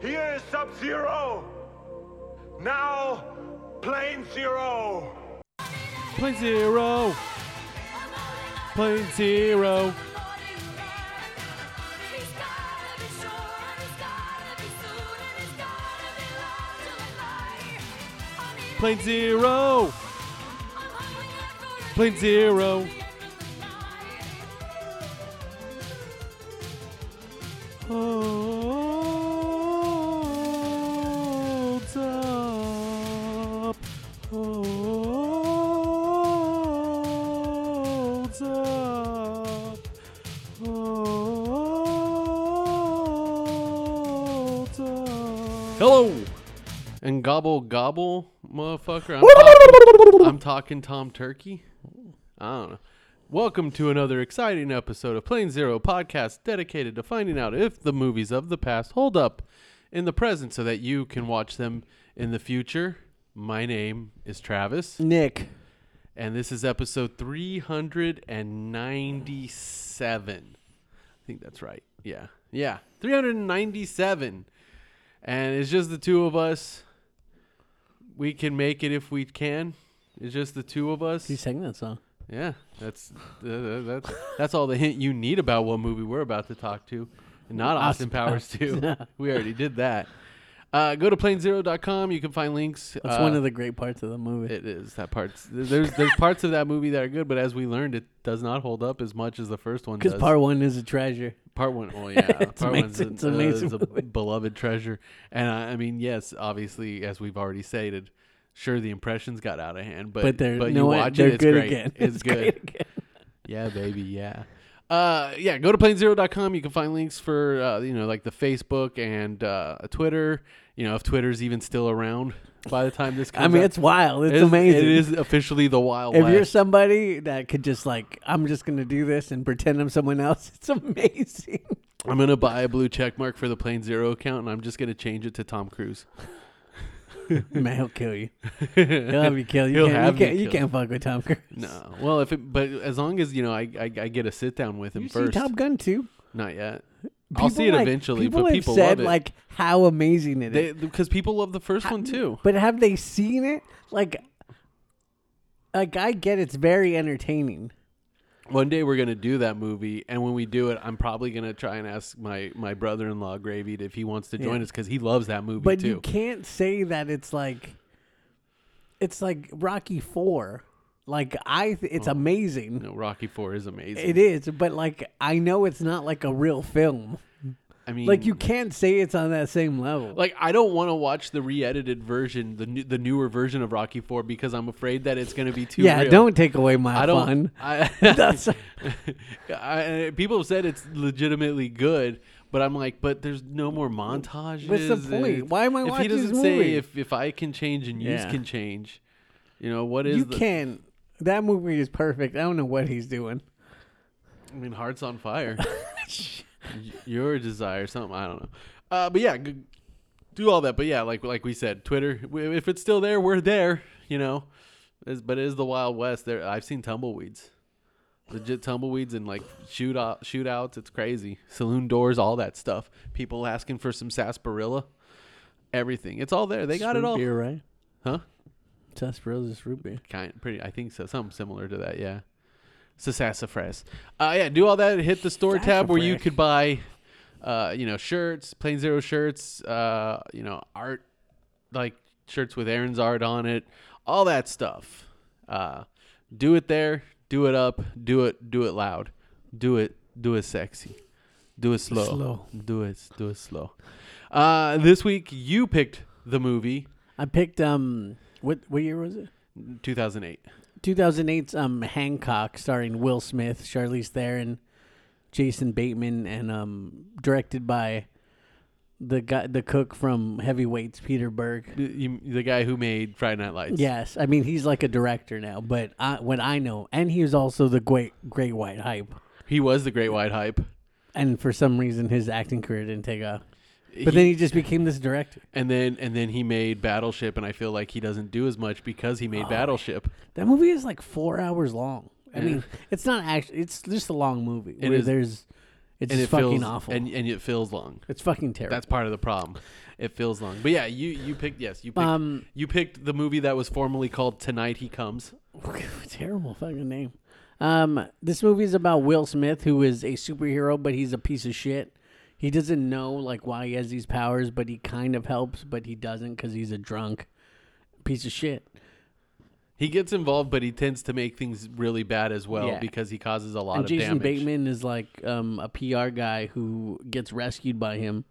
Here is Sub Zero. Now, Plane Zero. Plane zero. Plane zero. Plane zero. Plane zero. Holds up. Holds up. Holds up. Hello and gobble gobble, motherfucker. I'm talking, I'm talking Tom Turkey. I don't know. Welcome to another exciting episode of Plane Zero podcast dedicated to finding out if the movies of the past hold up in the present so that you can watch them in the future. My name is Travis, Nick. and this is episode 397. I think that's right. Yeah. Yeah. 397. And it's just the two of us. We can make it if we can. It's just the two of us. You sang that song. Yeah, that's uh, that's that's all the hint you need about what movie we're about to talk to, and not Austin Powers too. we already did that. Uh, go to planezero.com. You can find links. Uh, That's one of the great parts of the movie. It is that parts. There's there's parts of that movie that are good, but as we learned, it does not hold up as much as the first one Because does. part one is a treasure. Part one, oh yeah, It's part one's amazing. It's an- amazing is a movie. beloved treasure, and I, I mean, yes, obviously, as we've already stated, sure the impressions got out of hand, but But but, they're you no, way- watch they're it, it's good great. again. It's, good. great again. Yeah, baby. Yeah. Uh, yeah, go to planezero.com. You can find links for, uh, you know, like the Facebook and uh, Twitter. You know, if Twitter's even still around by the time this comes I mean, out. it's wild. It's, It is- amazing. It is officially the Wild If West. you're somebody that could just like, I'm just gonna do this and pretend I'm someone else. It's amazing. I'm going to buy a blue check mark for the Plane Zero account, and I'm just going to change it to Tom Cruise. Man, he'll kill you. He'll have you killed. He'll You can't, have you me can't, you killed. can't fuck with Tom Cruise. No. Well, if it, but as long as, you know, I, I, I get a sit down with him You first. see Top Gun too. Not yet. I'll see it like- eventually, People but have people said love it. like how amazing it is. Because people love the first one, too. But have they seen it? Like, like I get it's very entertaining. One day we're gonna do that movie, and when we do it, I'm probably gonna try and ask my my brother in law Gravy if he wants to join Yeah. us because he loves that movie But you too. can't say that it's like, it's like Rocky Four. Like I, th- Oh. it's amazing. You know, Rocky Four is amazing. It is, but like I know it's not like a real film. I mean, Like you can't say it's on that same level. Mm. like I don't want to watch the re-edited version, the new, the newer version of Rocky Four because I'm afraid that it's gonna be too. yeah, real. don't take away my I don't. fun. I, That's- I, people have said it's legitimately good, but I'm like, but there's no more montages. point? It's- Why am I if watching he doesn't this say movie? if if I can change and you Yeah. can change? You know what is you the, can't. That movie is perfect. I don't know what he's doing. I mean, heart's on fire. Y- Your desire, something I don't know. Uh, but yeah, g- do all that. But yeah, like like we said, Twitter. w- If it's still there, we're there. You know, It's- but it is the Wild West. There, I've seen tumbleweeds, legit tumbleweeds, and like shoot out, shootouts. It's crazy. Saloon doors, all that stuff. People asking for some sarsaparilla. Everything. It's all there. They got it all. Beer, right? Huh? Sarsaparilla is root beer. kind pretty i think so something similar to that yeah it's a sassafras uh yeah do all that hit the store tab where you Sassafras. could buy uh you know shirts plain zero shirts uh you know art like shirts with aaron's art on it all that stuff uh do it there do it up do it do it loud do it do it sexy do it slow, Slow. do it do it slow uh this week you picked the movie I picked um what what year was it? 2008 2008's um Hancock starring Will Smith, Charlize Theron, Jason Bateman and um directed by the guy the cook from Heavyweights Peter Berg. The- you, the guy who made Friday Night Lights. Yes, I mean he's like a director now, but I, what I know, and he was also the great Great White hype. He was the Great White Hype. And for some reason, his acting career didn't take off. But then he just became this director. And then and then he made Battleship, and I feel like he doesn't do as much because he Oh, made Battleship. That movie is like four hours long. I Yeah. mean, it's not actually. It's just a long movie where is. there's. And It's just it fucking feels awful. And and it feels long. it's fucking terrible. That's part of the problem. It feels long. But yeah, you you picked yes, you picked Um, you picked the movie that was formerly called Tonight He Comes. Terrible fucking name. Um, this movie is about Will Smith, who is a superhero, but he's a piece of shit. He doesn't know like why he has these powers, but he kind of helps, but he doesn't because he's a drunk piece of shit. He gets involved, but he tends to make things really bad as well Yeah. because he causes a lot And of Jason damage. Bateman is like um, a PR guy who gets rescued by him,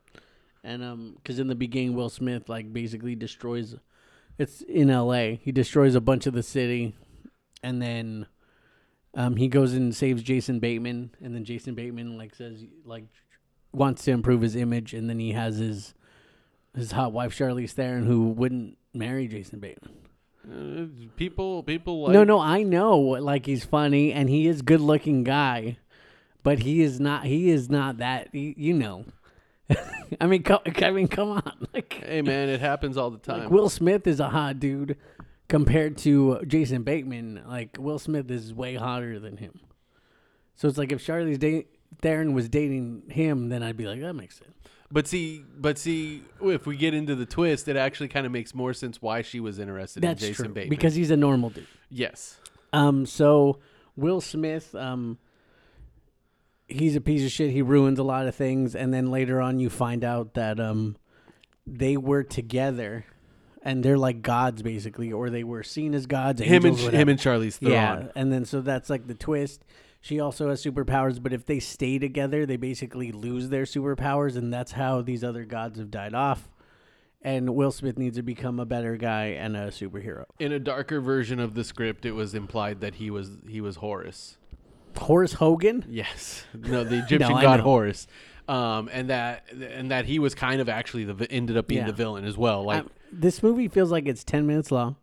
and um, because in the beginning, Will Smith like basically destroys. It's in L.A. He destroys a bunch of the city, and then um, he goes and saves Jason Bateman, and then Jason Bateman like says like wants to improve his image, and then he has his his hot wife Charlize Theron who wouldn't marry Jason Bateman. Uh, people people like No, no, I know. Like he's funny and he is good looking guy, but he is not. He is not that. y- You know. I mean, co- I mean, come on. Like, Hey man, it happens all the time. like Will Smith is a hot dude compared to uh, Jason Bateman. Like Will Smith is way hotter than him. So it's like if Charlie's da- Theron was dating him, then I'd be like, that makes sense. but see, but see, if we get into the twist, it actually kind of makes more sense why she was interested That's in Jason true Bateman. because he's a normal dude. yes, Um, so Will Smith, um, he's a piece of shit. He ruins a lot of things, and then later on, you find out that um, they were together, and they're like gods basically, or they were seen as gods. him and angels, whatever. him and Charlize Theron. yeah, and then so that's like the twist. She also has superpowers, but if they stay together, they basically lose their superpowers, and that's how these other gods have died off. And Will Smith needs to become a better guy and a superhero. In a darker version of the script, it was implied that he was he was Horus. Horace Hogan. Yes, no, the Egyptian I god know. Horus, um, and that and that he was kind of actually the vi- ended up being Yeah. the villain as well. Like Um, this movie feels like it's 10 minutes long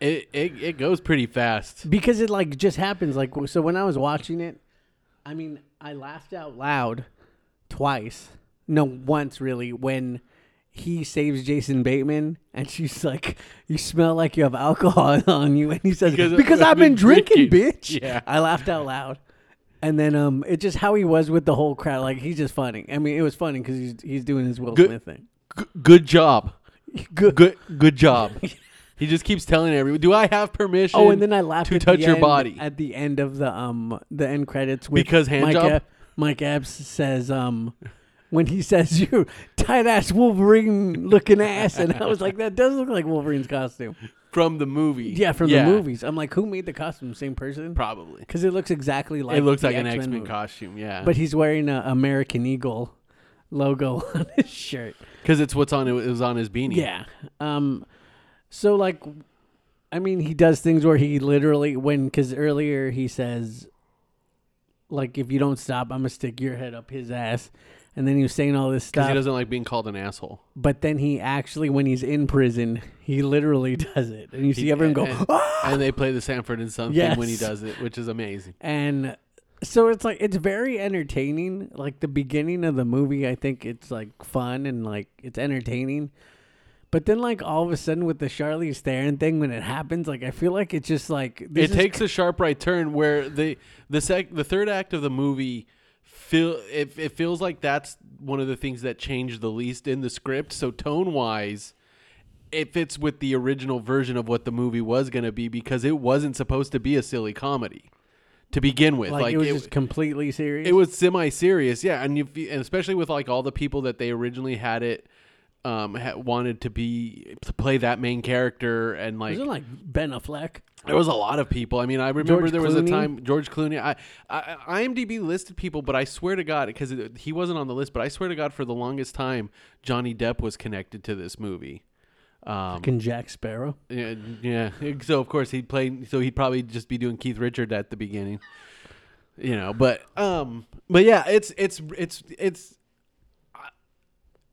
it, it, it goes pretty fast. because it like just happens like so when i was watching it i mean i laughed out loud twice no once really when he saves jason bateman and she's like you smell like you have alcohol on you and he says Because because, I- i've been drinking, bitch Yeah. i laughed out loud and then um it's just how he was with the whole crowd like he's just funny i mean it was funny because he's, he's doing his will Good- smith thing G- good job, good good good job. he just keeps telling everyone, "Do I have permission?" Oh, and then I laughed to at touch the your end- body. at the end of the um the end credits with Because hand Mike, job? Ep- Mike Epps says um when he says you tight ass Wolverine looking ass, and I was like, that does look like Wolverine's costume. from the movie. Yeah, from the movies. I'm like, who made the costume? Same person? probably. Because it looks exactly like it looks the like an X-Men X Men movie. costume. Yeah, but he's wearing a American Eagle logo on his shirt. because it's what's on it was on his beanie. Yeah. Um. So like, I mean, he does things where he literally when because earlier he says, like, if you don't stop, I'm gonna stick your head up his ass, and then he was saying all this because he stuff. doesn't like being called an asshole. But then he actually, when he's in prison, he literally does it, and you see everyone go, and, "Ah!" and they play the Sanford and Son thing when he Yes. does it, which is amazing. and so it's like it's very entertaining. Like the beginning of the movie, I think it's like fun and like it's entertaining. But then, like all of a sudden, with the Charlize Theron thing, when it happens, like I feel like it's just like this it is- takes a sharp right turn where the the sec the third act of the movie feel it, it feels like that's one of the things that changed the least in the script so tone wise it fits with the original version of what the movie was going to be because it wasn't supposed to be a silly comedy to begin with like, it was just completely serious. it was semi serious, yeah, and if you, and especially with like all the people that they originally had it um ha- wanted to be to play that main character and like Isn't it, like Ben Affleck. there was a lot of people. I mean, I remember George there was Clooney? a time George Clooney. I, I I- IMDb listed people, but I swear to God, because he wasn't on the list, but I swear to God, for the longest time, Johnny Depp was connected to this movie. Um, Can Jack Sparrow? yeah, yeah. So of course he'd play. So he'd probably just be doing Keith Richard at the beginning, you know. But um, but yeah, it's it's it's it's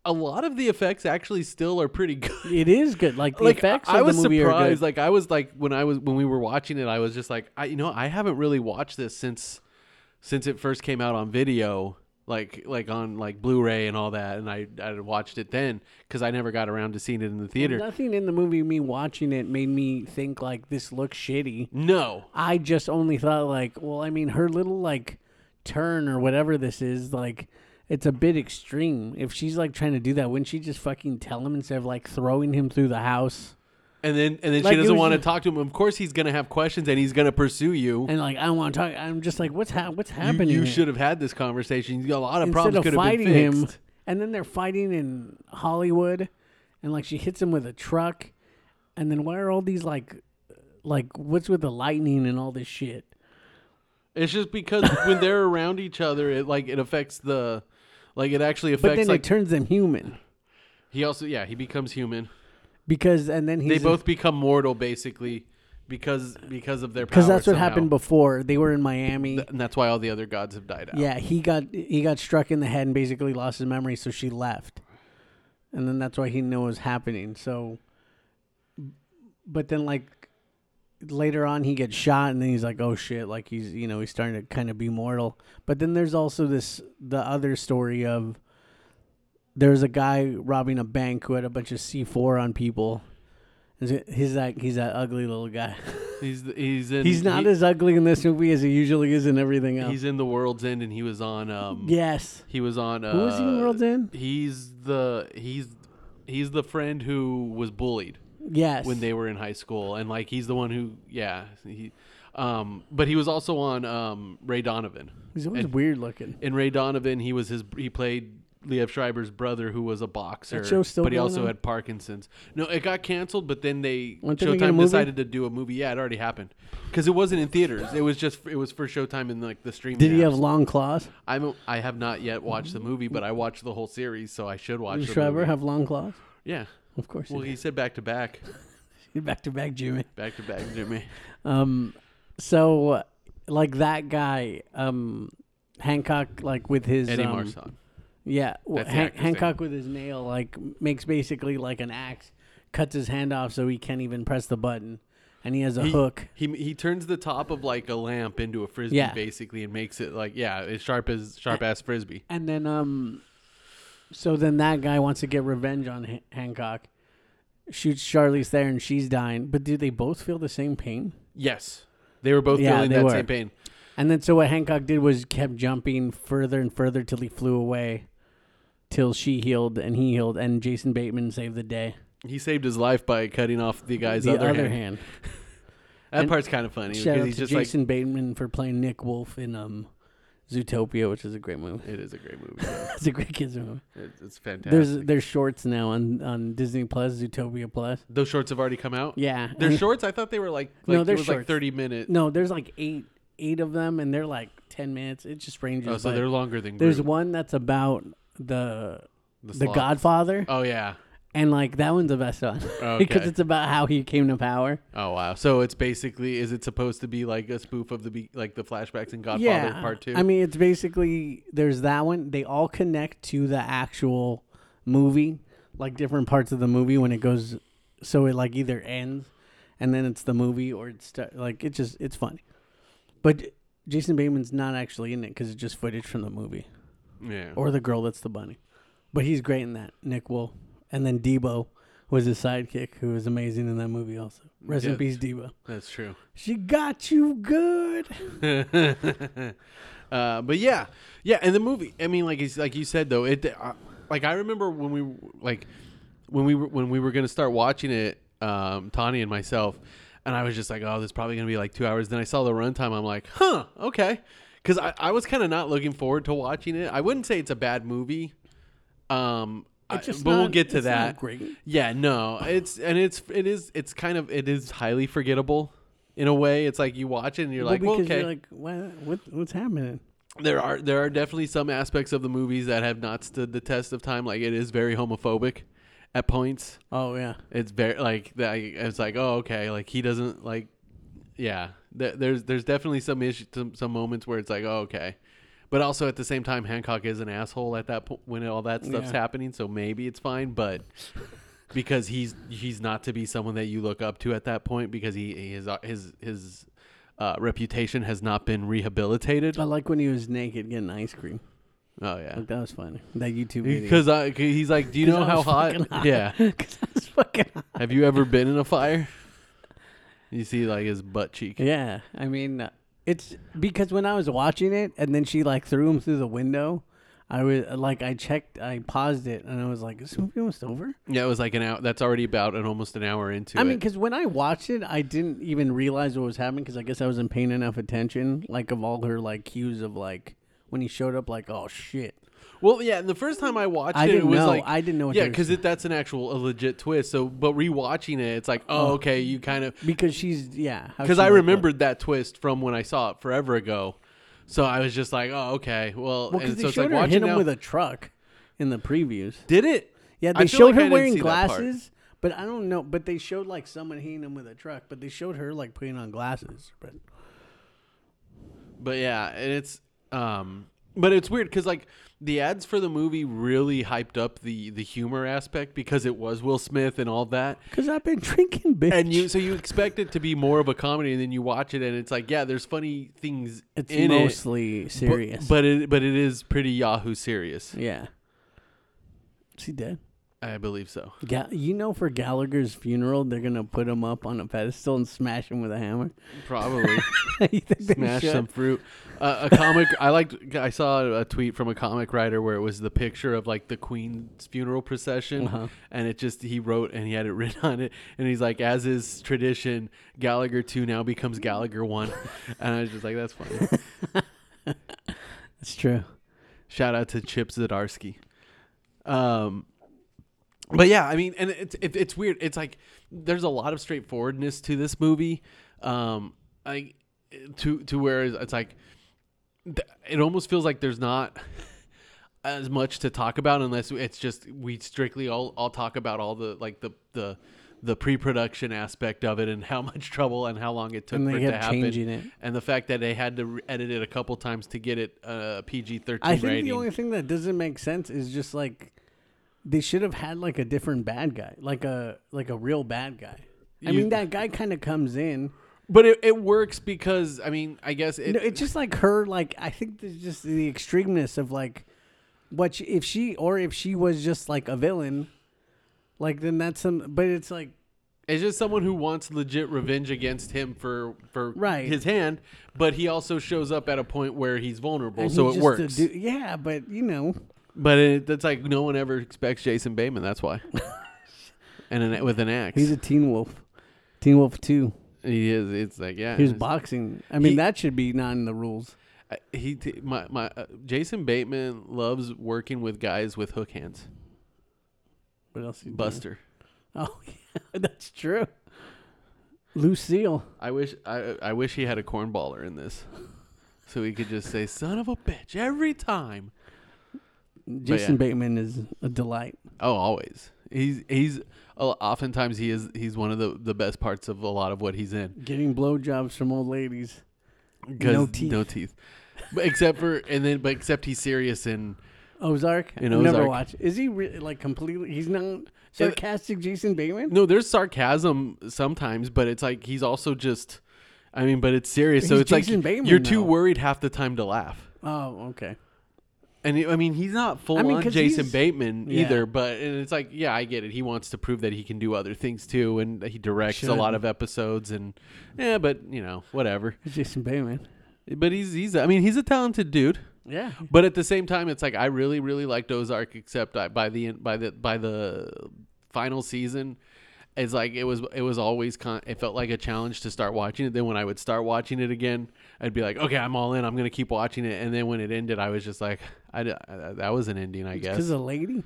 a lot of the effects actually still are pretty good It is good. Like the like effects I, I of was the movie are surprised. good. Like I was like when I was when we were watching it, I was just like, I you know I haven't really watched this since since it first came out on video, like like on like Blu-ray and all that, and I I watched it then because I never got around to seeing it in the theater. Nothing in the movie, me watching it, made me think like this looks shitty. no, I just only thought like, well, I mean, her little like turn or whatever this is, like it's a bit extreme. If she's like trying to do that, wouldn't she just fucking tell him instead of like throwing him through the house And then and then Like, she it doesn't was want to just- talk to him. Of course, he's gonna have questions and he's gonna pursue you. and like I don't want to talk? I'm just like, what's ha- what's You, happening? you here? should have had this conversation. You- A lot of instead problems of could have been fighting fixed. him. And then they're fighting in Hollywood, and like she hits him with a truck, and then why are all these like, like what's with the lightning and all this shit? It's just because when they're around each other, it like it affects the, like it actually But affects then like it turns them human he also yeah he becomes human. because and then he's they both become mortal basically because because of their because because that's what happened before they were in Miami. and that's why all the other gods have died out. yeah, he got he got struck in the head and basically lost his memory, so she left, and then that's why he knew what was happening. So, but then like later on, he gets shot, and then he's like, "Oh shit!" Like he's you know he's starting to kind of be mortal. But then there's also this the other story of there's a guy robbing a bank who had a bunch of C four on people. Is it- He's like he's that ugly little guy. he's he's in He's not he- as ugly in this movie as he usually is in everything else. he's in the world's end and he was on um yes. he was on uh, Who was he in World's End? He's the he's he's the friend who was bullied Yes. when they were in high school and like he's the one who yeah he um but he was also on um Ray Donovan. He's always weird looking. In Ray Donovan, he was his he played Liev Schreiber's brother, who was a boxer. That show's still but he going also on? had Parkinson's. No, it got canceled, but then they Weren't they making a Showtime movie? decided to do a movie. Yeah, it already happened because it wasn't in theaters. It was just it was for Showtime and like the streaming. Did he have apps. long claws? I'm I have not yet watched the movie, but I watched the whole series, so I should watch. Did the Trevor movie. have long claws? yeah. Of course. Well, he said back to back, back to back, Jimmy. back to back, Jimmy. Um, so uh, like that guy, um, Hancock, like with his Eddie um, Marsan. Yeah, well, That's the Han- actor's name. Hancock with his nail like makes basically like an axe, cuts his hand off so he can't even press the button, and he has a He- hook. He he turns the top of like a lamp into a frisbee, Yeah. Eh. basically, and makes it like yeah, as sharp as sharp ass frisbee. And then um, so then that guy wants to get revenge on H- Hancock, shoots Charlize there, and she's dying. But do they both feel the same pain? Yes. They were both Yeah, feeling they that were. same pain. And then so what Hancock did was kept jumping further and further till he flew away, till she healed and he healed, and Jason Bateman saved the day. He saved his life by cutting off the guy's the other, hand. hand, That And part's kind of funny shout because out to he's just Jason Bateman for playing Nick Wolf in um, Zootopia, which is a great movie. like it is a great movie. man. It's a great kids movie. it's, it's fantastic. There's there's shorts now on on Disney Plus, Zootopia Plus. Those shorts have already come out. Yeah, They're and- shorts. I thought they were like, like No, it they're was like shorts. 30 minutes. No, there's like eight eight of them, and they're like ten minutes. It just ranges. oh, so but they're longer than there's Groot, one that's about the the, sloth. Godfather, Oh yeah. and like that one's the best one because Okay. it's about how he came to power. Oh wow. So it's basically is it supposed to be like a spoof of the be- like the flashbacks in Godfather yeah, Part 2? I mean, it's basically there's that one. They all connect to the actual movie, like different parts of the movie when it goes. So it like either ends, and then it's the movie, or it's st- like it's just it's funny, but. Jason Bateman's not actually in it because it's just footage from the movie. yeah. or the girl that's the bunny. But he's great in that, Nick Wool. And then Debo was his sidekick, who was amazing in that movie also. Rest Mm, Yeah. in peace, Debo. That's true. She got you good. uh, but yeah, yeah, and the movie. I mean, like it's, like you said though, it uh, like I remember when we like when we were when we were gonna start watching it, um, Tani and myself, and I was just like, oh, this is probably gonna be like two hours. Then I saw the runtime. I'm like, huh, okay, because I, I was kind of not looking forward to watching it. I wouldn't say it's a bad movie. Um, I- It's just but we'll not- get to it's not that. great. Yeah, no, it's and it's it is it's kind of it is highly forgettable in a way. It's like you watch it and you're Well, like, well, because okay, you're like, what, what, what's happening? there are there are definitely some aspects of the movies that have not stood the test of time. Like it is very homophobic at points. Oh yeah, It's very like that. It's like oh okay, like he doesn't like yeah. There- There's there's definitely some issue some, some moments where it's like oh okay, but also at the same time Hancock is an asshole at that point when all that stuff's Yeah. happening. So maybe it's fine, but. Because he's he's not to be someone that you look up to at that point because he his his his uh, reputation has not been rehabilitated. I like when he was naked getting ice cream. Oh yeah, Like, that was funny. That YouTube video. Because I, 'cause he's like, do you know I how was hot? fucking hot. Yeah. 'Cause I was fucking. Have you ever been in a fire? You see, like his butt cheek. Yeah, I mean, uh, it's because when I was watching it, and then she like threw him through the window. I was like, I checked, I paused it, and I was like, "Is this movie almost over?" Yeah, it was like an hour. That's already about an almost an hour into I it. mean, because when I watched it, I didn't even realize what was happening because I guess I wasn't paying enough attention, like of all her like cues of like when he showed up, like oh shit. well, yeah. And the first time I watched I it, it didn't was know. like I didn't know what yeah, they were because that's an actual a legit twist. So, but rewatching it, it's like, oh, okay, you kind of Because she's yeah. how because she I woke up. remembered that twist from when I saw it forever ago. So I was just like, oh, okay, well, Well, and because so it's they like showed her watching hit him now- with a truck in the previews. Did it? Yeah, I they feel showed like I her didn't wearing see that part. glasses, but I don't know. But they showed like someone hitting him with a truck, but they showed her like putting on glasses. But But yeah, and it's um but it's weird cuz like the ads for the movie really hyped up the the humor aspect because it was Will Smith and all that. because I've been drinking, bitch. And you so you expect it to be more of a comedy and then you watch it and it's like, yeah, there's funny things it's in it. mostly but- serious. But, it but it is pretty Yahoo serious. yeah, is he dead? I believe so. Ga- you know, for Gallagher's funeral, they're gonna put him up on a pedestal and smash him with a hammer. Probably. You think they smash should? some fruit. Uh, a comic I liked. I saw a tweet from a comic writer where it was the picture of like the Queen's funeral procession, Uh-huh. and it just he wrote and he had it written on it, and he's like, as is tradition, Gallagher two now becomes Gallagher one, and I was just like, that's funny. It's true. Shout out to Chip Zdarsky. Um, but yeah, I mean, and it's it, it's weird. It's like there's a lot of straightforwardness to this movie. Um, I to to where it's like th- it almost feels like there's not as much to talk about unless it's just we strictly all all talk about all the like the the the pre-production aspect of it and how much trouble and how long it took And they for it to kept happen changing it. and the fact that they had to re- edit it a couple times to get it uh, PG-13 I think rating. the only thing that doesn't make sense is just like they should have had like a different bad guy, like a like a real bad guy. I You- mean, that guy kind of comes in. But it, it works because I mean I guess it, No, it's just like her. Like I think there's just the extremeness of like what she, if she or if she was just like a villain, like then that's some. But it's like it's just someone who wants legit revenge against him for for Right. his hand, but he also shows up at a point where he's vulnerable, and so he's it just a works. dude- yeah, but you know, but it, that's like no one ever expects Jason Bateman. That's why. and an, with an axe, he's a Teen Wolf. Teen Wolf two. he is. It's like yeah, He was it's- boxing. I mean, He- that should be not in the rules. I- he t- my my uh, Jason Bateman loves working with guys with hook hands. What else? he do? Buster. Oh, yeah, that's true. Lucille. I wish I I wish he had a cornballer in this, so he could just say "son of a bitch" every time. Jason yeah. Bateman is a delight. Oh, always. He's he's o- oftentimes he is he's one of the the best parts of a lot of what he's in. Getting blowjobs from old ladies. 'Cause No teeth. No teeth. But except for and then but except he's serious and Ozark. In Never Ozark. watch. Is he re- like completely? He's not sarcastic. Jason Bateman. no, there's sarcasm sometimes, but it's like he's also just. I mean, but it's serious, so He's it's Jason like Bateman, you're too though. worried half the time to laugh. Oh, okay. And he- I mean, he's not full mean, on 'cause Jason he's- Bateman Yeah. either, but and it's like, yeah, I get it. He wants to prove that he can do other things too, and he directs a Should. lot of episodes, and yeah, but you know, whatever. It's Jason Bateman. But he's he's I mean, he's a talented dude, Yeah. but at the same time, it's like I really really liked Ozark, except I, by the end by the by the final season. It's like it was. It was always. Con- it felt like a challenge to start watching it. Then when I would start watching it again, I'd be like, "Okay, I'm all in. I'm gonna keep watching it." And then when it ended, I was just like, "I, d- I- that was an ending, I guess." Because a lady.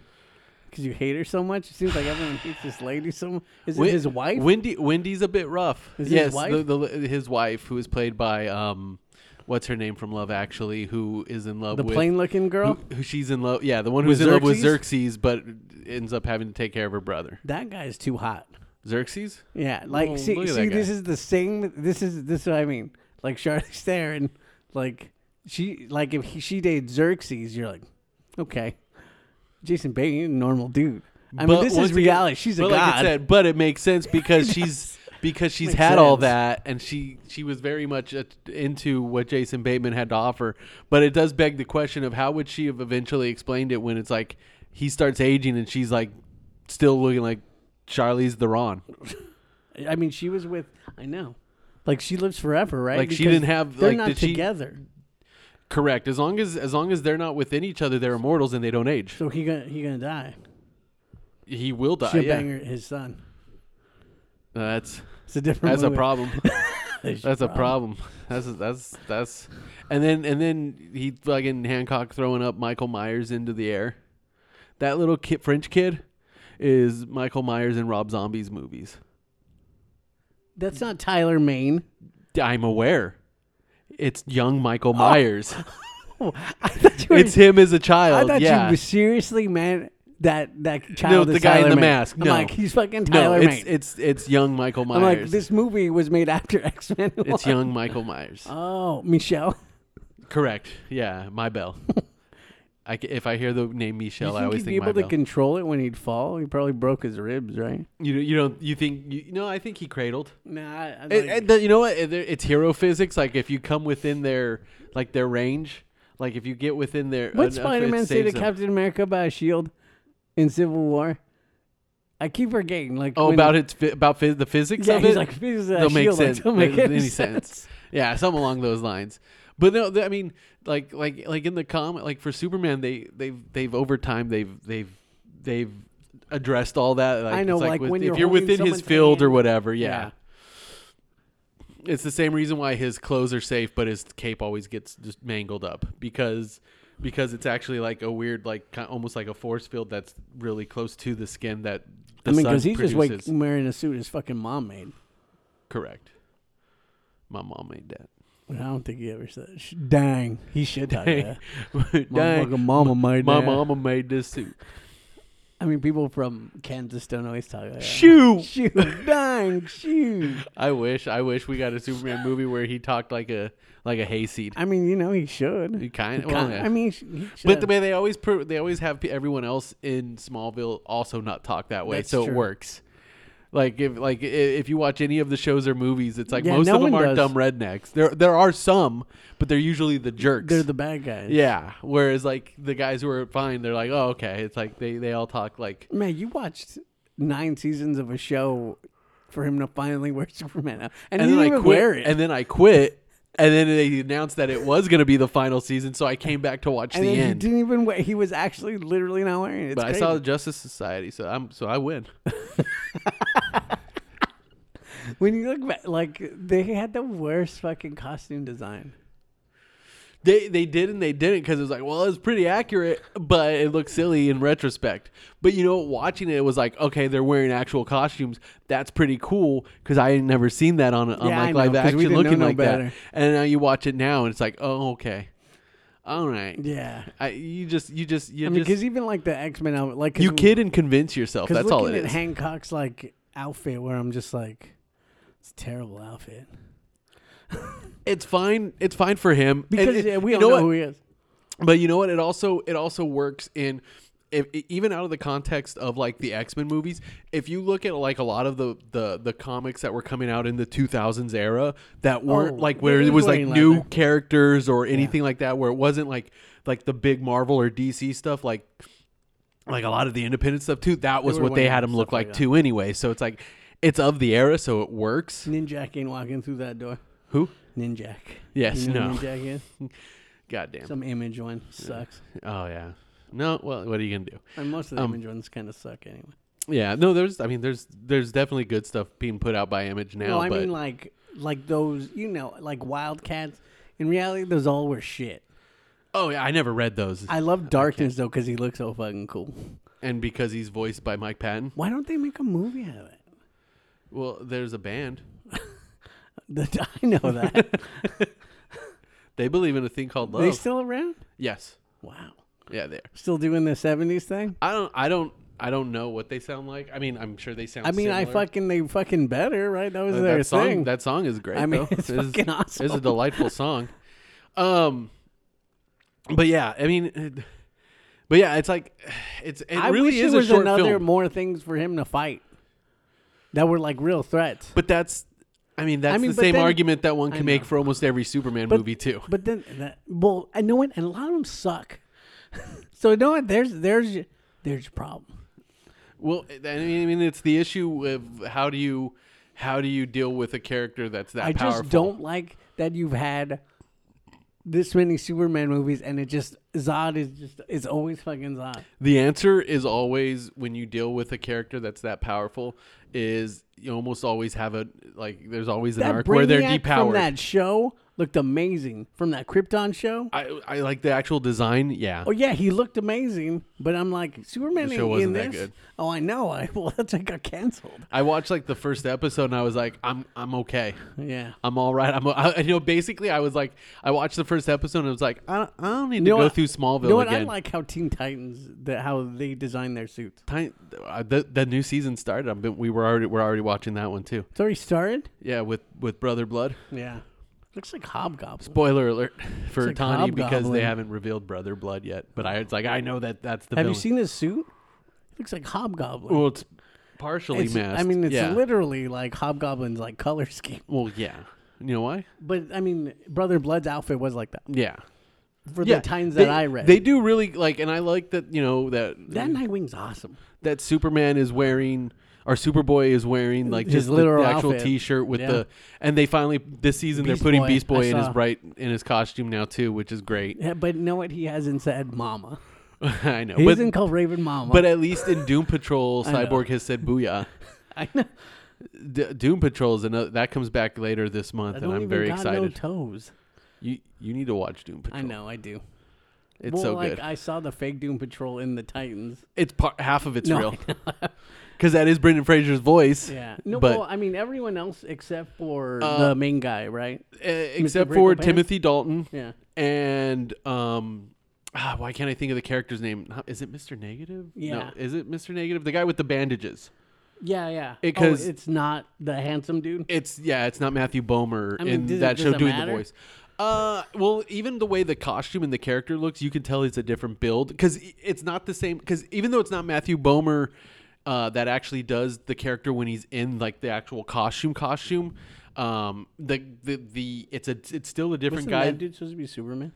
Because you hate her so much. It seems like everyone hates this lady so much. Is Wen- it his wife? Wendy. Wendy's a bit rough. Is it his yes, wife? The, the, his wife, who is played by um, what's her name from Love Actually, who is in love the with plain-looking girl. Who, who she's in love? Yeah, the one who's With in love with Xerxes? Xerxes, but ends up having to take care of her brother. that guy's too hot. Xerxes. Yeah, like Well, see, look at that see this guy. is the same. This is this is what I mean. Like Charlize Theron, like she like if he, she dated Xerxes, you're like, okay, Jason Bateman, normal dude. I mean, But this once is again- reality. She's a but Like god. it said, but it makes sense because she's because she's Makes had all sense. that, and she she was very much uh, into what Jason Bateman had to offer. But it does beg the question of how would she have eventually explained it when it's like he starts aging and she's like still looking like Charlie's Theron. I mean, she was with. I know, like she lives forever, right? Like she Because didn't have, They're like, not did she- together. Correct. As long as as long as they're not within each other, they're immortals and they don't age. So he gonna he gonna die. He will die. Should Uh, yeah. bang her, his son. That's It's a different. that's a movie. problem. It's That's a problem. That's that's that's, and then and then he fucking Hancock throwing up Michael Myers into the air. That little kid, French kid, is Michael Myers in Rob Zombie's movies. That's not Tyler Maine. I'm aware. It's young Michael Oh. Myers. I thought you were. It's him as a I child. thought yeah. you were seriously meant that that child. the is guy in Tyler the Maine. mask. I'm No. like he's fucking no, Tyler it's Maine. it's it's young Michael Myers. I'm like this movie was made after X Men. it's young Michael Myers. Oh, Michelle. Correct. Yeah, my bell. I ca- if I hear the name You Michelle, think I always he'd think be my able to bell. control it when he'd fall? He probably broke his ribs, right? you you don't you think you, no? I think he cradled. Nah, I, I It, it- you know what? It- It's hero physics. Like if you come within their like their range, like if you get within their. What enough, it Spider Man say saves to them. Captain America by a shield in Civil War? I keep forgetting. Like Oh, when- about its phy- about phys- the physics Yeah, of he's it. like, "This is a They'll make shield, like, sense. don't make Doesn't any sense. Yeah, something along those lines. But no, th- I mean, like like like in the comic, like for Superman, they they've they've over time they've they've they've addressed all that. Like, I know, it's like, with- when if you're you're holding within his someone's field or hand. whatever, yeah. It's the same reason why his clothes are safe, but his cape always gets just mangled up because because it's actually like a weird like ki- almost like a force field that's really close to the skin that the I mean, sun because he's just produces. wake, wearing a suit his fucking mom made. Correct. My mom made that. I don't think he ever said. Sh- Dang, he should have. Yeah. My Dang, fucking mama made my that. mama made this suit. I mean, people from Kansas don't always talk about that. Shoot! shoot, dang, shoot. I wish, I wish we got a Superman movie where he talked like a like a hayseed. I mean, you know, he should. He kind of. Ki- Well, yeah. I mean, he he should. but the way they always pro- they always have pe- everyone else in Smallville also not talk that way, That's so it true. works. Like if like i- if you watch any of the shows or movies, it's like Yeah, most no of them one aren't does. dumb rednecks. There there are some, but they're usually the jerks. they're the bad guys. yeah. Whereas like the guys who are fine, they're like, oh okay. It's like they they all talk like Man, you watched nine seasons of a show for him to finally wear Superman, out. and, and he then didn't I even quit. wear it. And then I quit. And then they announced that it was going to be the final season, so I came back to watch And the then he end. didn't even wear. He was actually literally not wearing it. It's but I crazy. saw the Justice Society, so I'm so I win. when you look back, like they had the worst fucking costume design. They they did and they didn't because it was like, well, it was pretty accurate, but it looked silly in retrospect. But you know, watching it, it was like, okay, they're wearing actual costumes. That's pretty cool because I had never seen that on, on Yeah, I like know, live 'cause we action didn't know looking no like that. better. And now you watch it now, and it's like, oh, okay, all right. Yeah, I, you just you just you I mean, just because even like the X Men outfit, like 'cause you w- kid and convince yourself. 'cause That's all it looking is. at Hancock's like outfit, where I'm just like, it's a terrible outfit it's fine. It's fine for him And because it- yeah, we you all know, what? who he is. But you know what? It also it also works in. If, i- even out of the context of like the X-Men movies, if you look at like a lot of the the, the comics that were coming out in the 2000s era that weren't Oh, like yeah, where he it was was like wearing new leather. characters or anything like that where it wasn't like like the big Marvel or DC stuff like like a lot of the independent stuff too, that was were what they wearing had him look stuff like like that. too anyway. So it's like it's of the era so it works. Ninjak ain't walking through that door. Who? Ninjak. Yes, you know no. Who Ninjak is Goddamn. some image one sucks, Oh yeah. No, well, what are you gonna do? and most of the Um, image ones kind of suck anyway. Yeah, no, there's. I mean, there's there's definitely good stuff being put out by Image now. No, I but mean like like those you know like Wildcats. In reality, those all were shit. oh yeah, I never read those. I love Darkness though because he looks so fucking cool. and because he's voiced by Mike Patton, Why don't they make a movie out of it? well, there's a band. The- I know that They believe in a thing called love. they still around. yes, Wow, yeah, there. still doing the '70s thing. I don't, I don't, I don't know what they sound like. I mean, I'm sure they sound. I mean, I similar. fucking they fucking better right. That was Uh, their that song. thing. That song is great. I mean, though. it's It is- fucking It's a awesome. delightful song. Um, but yeah, I mean, it- but yeah, it's like, it's it I really wish is there was a short another film. more things for him to fight that were like real threats. But that's, I mean, that's mean, the but same then- argument that one I can make know. for almost every Superman movie too. But then, that, well, I know it, and a lot of them suck. so you know what? There's there's your- there's your problem. Well, I mean, I mean, it's the issue of how do you, how do you deal with a character that's that I powerful? just don't like that you've had this many Superman movies, and it just Zod is just it's always fucking Zod. The answer is always when you deal with a character that's that powerful is you almost always have a like there's always an That arc where they're Brainiac from depowered. that show looked amazing from that Krypton show. I I like the actual design. Yeah. Oh yeah, he looked amazing, but I'm like Superman The ain't show in wasn't this. that good. Oh, I know. I well, that's like got canceled. I watched like the first episode and I was like I'm I'm okay. Yeah. I'm all right. I'm I, you know basically I was like I watched the first episode and I was like I don't, I don't need to You know go what- through Smallville You know what? again. I like how Teen Titans that how they design their suits. Ti- uh, the, the new season started. I've been, we were already we're already watching that one too. It's already started. Yeah, with with Brother Blood. Yeah. Looks like Hobgoblin. Spoiler alert for like Tawny because Hobgoblin. they haven't revealed Brother Blood yet. But I it's like I know that that's the. Have you villain. seen his suit? It looks like Hobgoblin. Well, it's partially It's- masked. I mean, it's yeah. literally like Hobgoblin's like color scheme. Well, yeah. You know why? But I mean, Brother Blood's outfit was like that Yeah. for yeah. the times they- that I read. they do really like, and I like that. You know that that Nightwing's awesome. that Superman is wearing or Superboy is wearing like His just the, literal the actual outfit. T-shirt with Yeah. the and they finally this season Beast they're putting Boy. Beast Boy I in his saw. bright in his costume now too, which is great. Yeah, but know what? He hasn't said Mama. I know, He but isn't called Raven Mama. but at least in Doom Patrol, know. Cyborg has said "Booyah." I know. D- Doom Patrol is another that comes back later this month, I and don't I'm even very got no excited. toes. you you need to watch Doom Patrol. I know. I do. it's well, so like good. I saw the fake Doom Patrol in the Titans. it's part half of it's No, real because that is Brendan Fraser's voice. Yeah. No, but well, I mean everyone else except for Uh, the main guy, right? uh, except Mr. for Bricklepants? Timothy Dalton, Yeah. and um ah, why can't I think of the character's name? Not- Is it Mr. Negative? Yeah. No, is it Mr. Negative? The guy with the bandages. Yeah, yeah. It- Oh, 'cause- it's not the handsome dude. It's yeah, it's not Matthew Bomer I mean, in does it- that show does it doing matter? the voice. Uh, well, even the way the costume and the character looks, you can tell it's a different build because it's not the same. Because even though it's not Matthew Bomer, uh, that actually does the character when he's in like the actual costume costume. Um, the the the it's a it's still a different Wasn't guy that dude supposed to be Superman?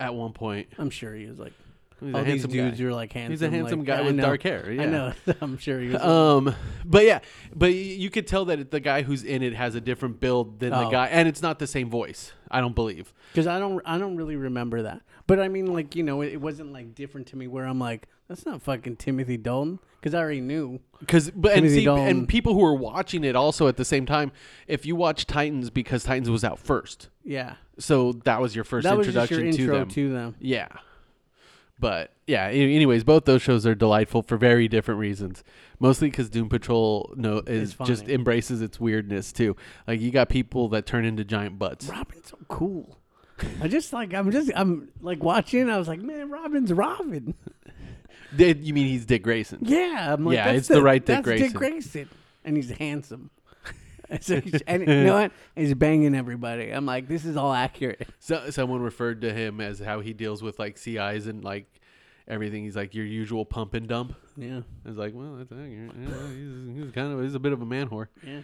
at one point. I'm sure he was like. He's a oh, these handsome guy. dudes are like handsome. He's a handsome like, guy I with know. dark hair. Yeah. I know. I'm sure he was. like- Um, but yeah, but y- you could tell that the guy who's in it has a different build than the Oh. guy, and it's not the same voice. I don't believe. Because I don't, I don't really remember that. But I mean, like you know, it, it wasn't like different to me where I'm like, that's not fucking Timothy Dalton. Because I already knew. Because but and, Timothy see, Dalton. and people who are watching it also at the same time. If you watch Titans, because Titans was out first, Yeah, so that was your first that was just introduction your intro to them. Yeah, but yeah. a- Anyways, both those shows are delightful for very different reasons. Mostly because Doom Patrol no is It's just funny. embraces its weirdness too. Like you got people that turn into giant butts. Robin's so cool. I just like I'm just I'm like watching. I was like, man, Robin's Robin. They- You mean he's Dick Grayson? Yeah, I'm like, Yeah, that's it's the right Dick that's Dick Grayson. Grayson, and he's handsome. so he's, and you know what? He's banging everybody. I'm like, this is all accurate. So, someone referred to him as how he deals with like CIs and like everything. He's like your usual pump and dump. Yeah, I was like, well, that's accurate. You know, he's, he's kind of he's a bit of a man whore. yeah.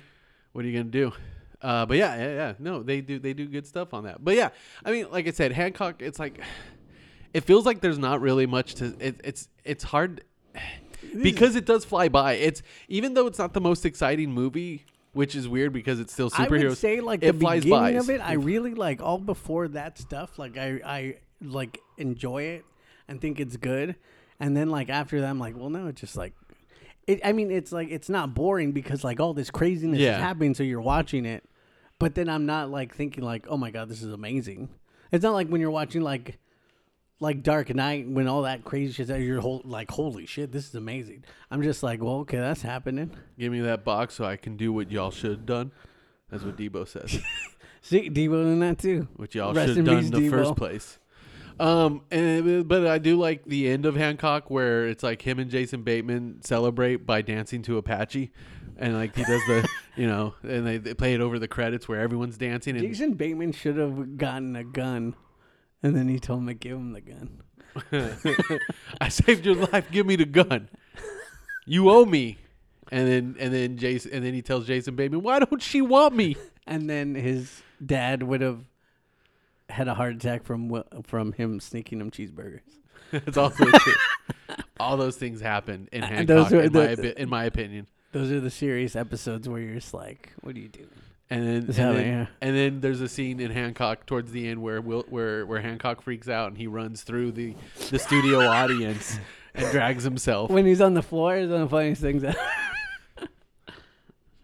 What are you gonna do? Uh, but yeah, yeah, yeah. No, they do they do good stuff on that. But yeah, I mean, like I said, Hancock. It's like it feels like there's not really much to. It, it's it's hard because it does fly by. It's even though it's not the most exciting movie. Which is weird because it's still superheroes. I would say like it the flies beginning by. of it, I really like all before that stuff. Like I, I like enjoy it and think it's good, and then like after that, I'm like, well, no, it's just like, it. I mean, it's like it's not boring because like all this craziness Yeah. is happening, so you're watching it, but then I'm not like thinking like, oh my god, this is amazing. It's not like when you're watching like. Like Dark Knight, when all that crazy shit's out, you're whole, like, holy shit, this is amazing. I'm just like, well, okay, that's happening. Give me that box so I can do what y'all should have done. That's what Debo says. See, Devo in that too. What y'all Rest should in have done peace, in the first Debo. place. Um, and, but I do like the end of Hancock where it's like him and Jason Bateman celebrate by dancing to Apache, and like he does the you know, and they, they play it over the credits where everyone's dancing. And Jason Bateman should have gotten a gun, and then he told him to give him the gun. I saved your life. Give me the gun. You owe me. And then and then Jason and then he tells Jason Bateman, why don't she want me? And then his dad would have had a heart attack from Wi- from him sneaking him cheeseburgers. It's also true. all those things happen in Hancock. those are in, the- my, opi- in my opinion. Those are the serious episodes where you're just like, "What are you doing?" And then, and Is that then, it? Yeah. and then there's a scene in Hancock towards the end where Will, where where Hancock freaks out and he runs through the the studio audience and drags himself. When he's on the floor, it's one of the funniest things.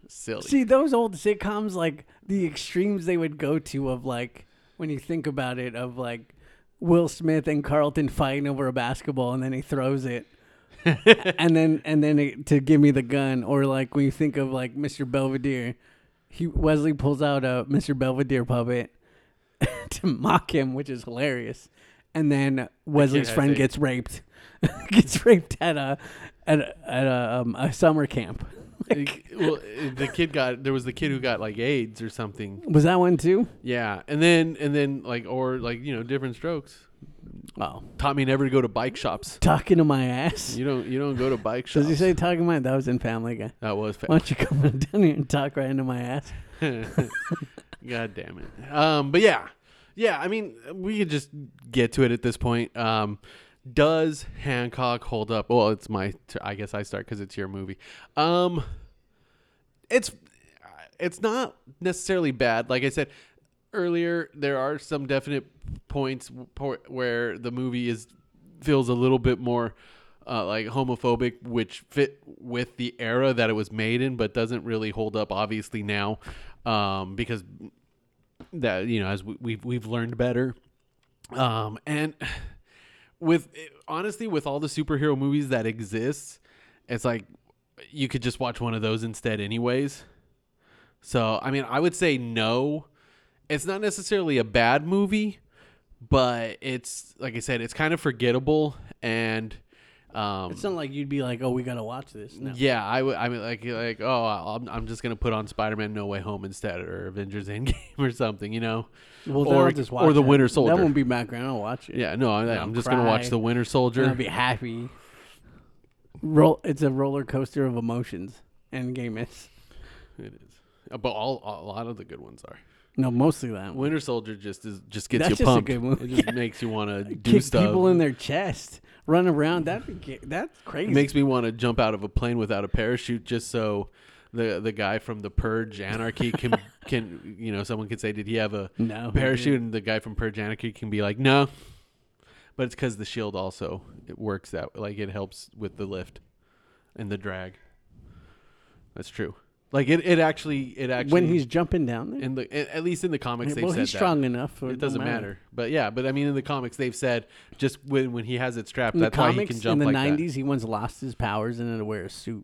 Silly. See, those old sitcoms, like the extremes they would go to of like when you think about it, of like Will Smith and Carlton fighting over a basketball, and then he throws it, and then and then it, to give me the gun, or like when you think of like Mr. Belvedere, he Wesley pulls out a Mr. Belvedere puppet to mock him, which is hilarious, and then Wesley's has friend a- gets raped, gets raped at a at a, at a, um, a summer camp. Like, well, the kid got there was the kid who got like AIDS or something. was that one too? Yeah, and then and then like or like you know different strokes Oh, taught me never to go to bike shops. talking to my ass. You don't you don't go to bike shops. Does he say talking to my? That was in Family Guy. that was fa- Why don't you come down here and talk right into my ass? God damn it. Um, but yeah, yeah. I mean, we could just get to it at this point. Um, does Hancock hold up? Well, it's my. T- I guess I start because it's your movie. Um, it's it's not necessarily bad. Like I said earlier, there are some definite points w- po- where the movie is feels a little bit more uh, like homophobic, which fit with the era that it was made in, but doesn't really hold up obviously now um, because that you know as we, we've we've learned better. Um, and with honestly, with all the superhero movies that exist, it's like you could just watch one of those instead, anyways. So, I mean, I would say no. It's not necessarily a bad movie, but it's like I said, it's kind of forgettable and um It's not like you'd be like, oh, we gotta watch this. No. yeah, I would. I mean, like, like, oh, I'm, I'm just gonna put on Spider-Man: No Way Home instead, or Avengers: Endgame, or something, you know? Well, then or I'll just watch or the that. Winter Soldier. That won't be background. I'll watch it. yeah, no, I'm, I'm just gonna cry. watch the Winter Soldier. And I'll be happy. Roll. It's a roller coaster of emotions. Endgame is it is, Uh, but all a lot of the good ones are. no, mostly that. one. Winter Soldier just is just gets That's you just a pumped. good movie. It just makes you want to do Kick stuff. people in their chest, run around. That would get that's crazy. It makes me want to jump out of a plane without a parachute just so the the guy from the Purge Anarchy can can you know someone could say did he have a No, he parachute and the guy from Purge Anarchy can be like no, but it's because the shield also it works that like it helps with the lift and the drag. That's true. Like it, it actually it actually when he's jumping down there. in the at at least in the comics they've well, said he's that. strong enough. so It don't doesn't matter. but yeah, but I mean, in the comics, they've said just when when he has it strapped, In the that's comics, why he can jump in the like '90s, he once lost his powers and had to wear a suit.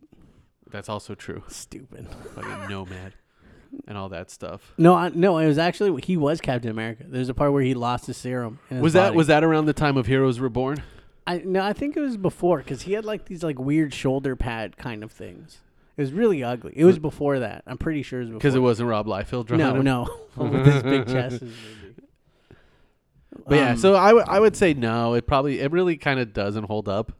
that. That's also true. Stupid. fucking nomad and all that stuff. No, I, no, it was actually he was Captain America. There's a part where he lost his serum. in his Was that body. was that around the time of Heroes Reborn? I no, I think it was before because he had like these like weird shoulder pad kind of things. It was really ugly. It was before that. I'm pretty sure it was before. Because it wasn't Rob Liefeld drawing. no, him. no, with his big chest. is maybe. But yeah, Um, so I would- I would say no. It probably it really kind of doesn't hold up.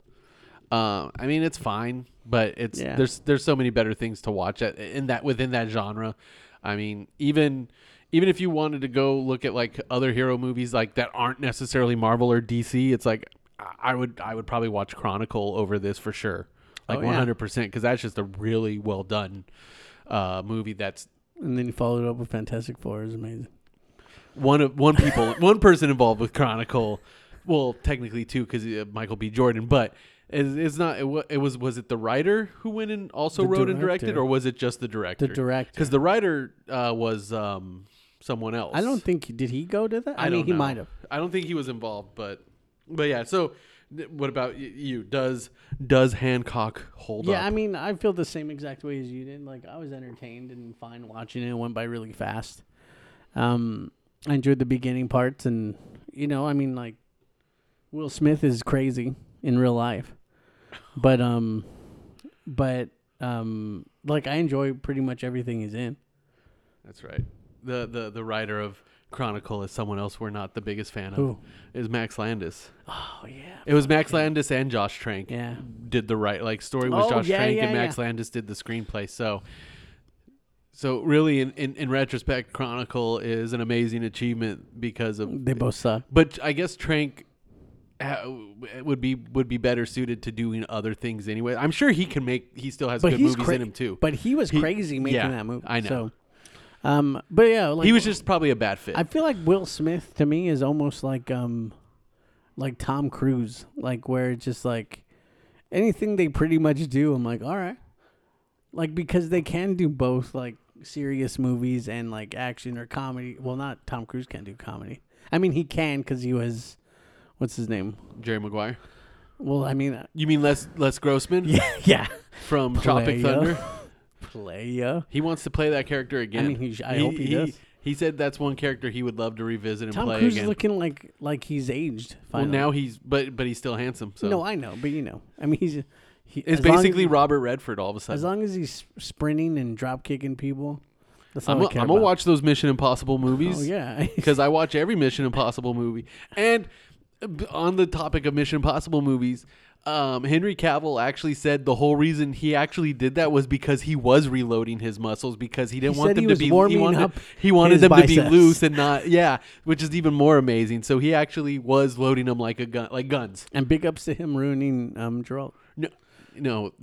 Um, I mean, it's fine, but it's Yeah. there's there's so many better things to watch at, in that within that genre. I mean, even even if you wanted to go look at like other hero movies like that aren't necessarily Marvel or DC, it's like I- I would I would probably watch Chronicle over this for sure, like Oh, yeah. one hundred percent because that's just a really well done uh, movie that's and then he followed it up with Fantastic Four. It was amazing. one of one people one person involved with Chronicle. Well, technically two because uh, Michael B. Jordan, but it's, it's not. It, wa- it was was it the writer who went and also The wrote and directed, director. or was it just the director? The director. because the writer uh, was um, someone else. I don't think did he go to that. I, mean, don't he know. might have. I don't think he was involved, but but yeah. So, th- what about y- you? Does does Hancock hold Yeah, up? I mean, I feel the same exact way as you did. Like I was entertained and fine watching it. It went by really fast. Um, I enjoyed the beginning parts, and you know, I mean, like Will Smith is crazy in real life, but um, but um, like I enjoy pretty much everything he's in. That's right. The the the writer of Chronicle is someone else we're not the biggest fan of. Who? Is Max Landis. Oh yeah, It was Max Landis and Josh Trank. Yeah. Did the right like story was Oh, Josh yeah, Trank yeah, and Max yeah. Landis did the screenplay. So so really in, in, in retrospect, Chronicle is an amazing achievement because of they both suck. but I guess Trank ha- would be would be better suited to doing other things anyway. I'm sure he can make he still has But good he's movies cra- in him too. But he was He- crazy making yeah, that movie. I know. So, Um, but yeah, like he was just probably a bad fit. I feel like Will Smith to me is almost like um like Tom Cruise, like where it's just like anything they pretty much do, I'm like, all right. Like because they can do both like serious movies and like action or comedy. Well, not Tom Cruise can do comedy. I mean, he can cuz he was what's his name? Jerry Maguire. Well, I mean, uh, You mean Les Les Grossman yeah, yeah. from Tropic Playa. Thunder? Playa. He wants to play that character again. mean, he sh- I hope he does. He said that's one character he would love to revisit and Tom play Cruise again. is looking like like he's aged well, finally. now he's but but he's still handsome. So No, I know, but you know. I mean, he's he, it's as long as basically he- Robert Redford all of a As sudden. long as he's sprinting and drop kicking people, that's all I'm I gonna care I'm gonna about. watch those Mission Impossible movies. Oh yeah, because I watch every Mission Impossible movie. And b- on the topic of Mission Impossible movies, um, Henry Cavill actually said the whole reason he actually did that was because he was reloading his muscles because he didn't He want said them he to was be he warming wanted, up he wanted his them to be biceps. loose and not yeah, which is even more amazing. So he actually was loading them like a gun, like guns. and big ups to him ruining um Geralt. No, no.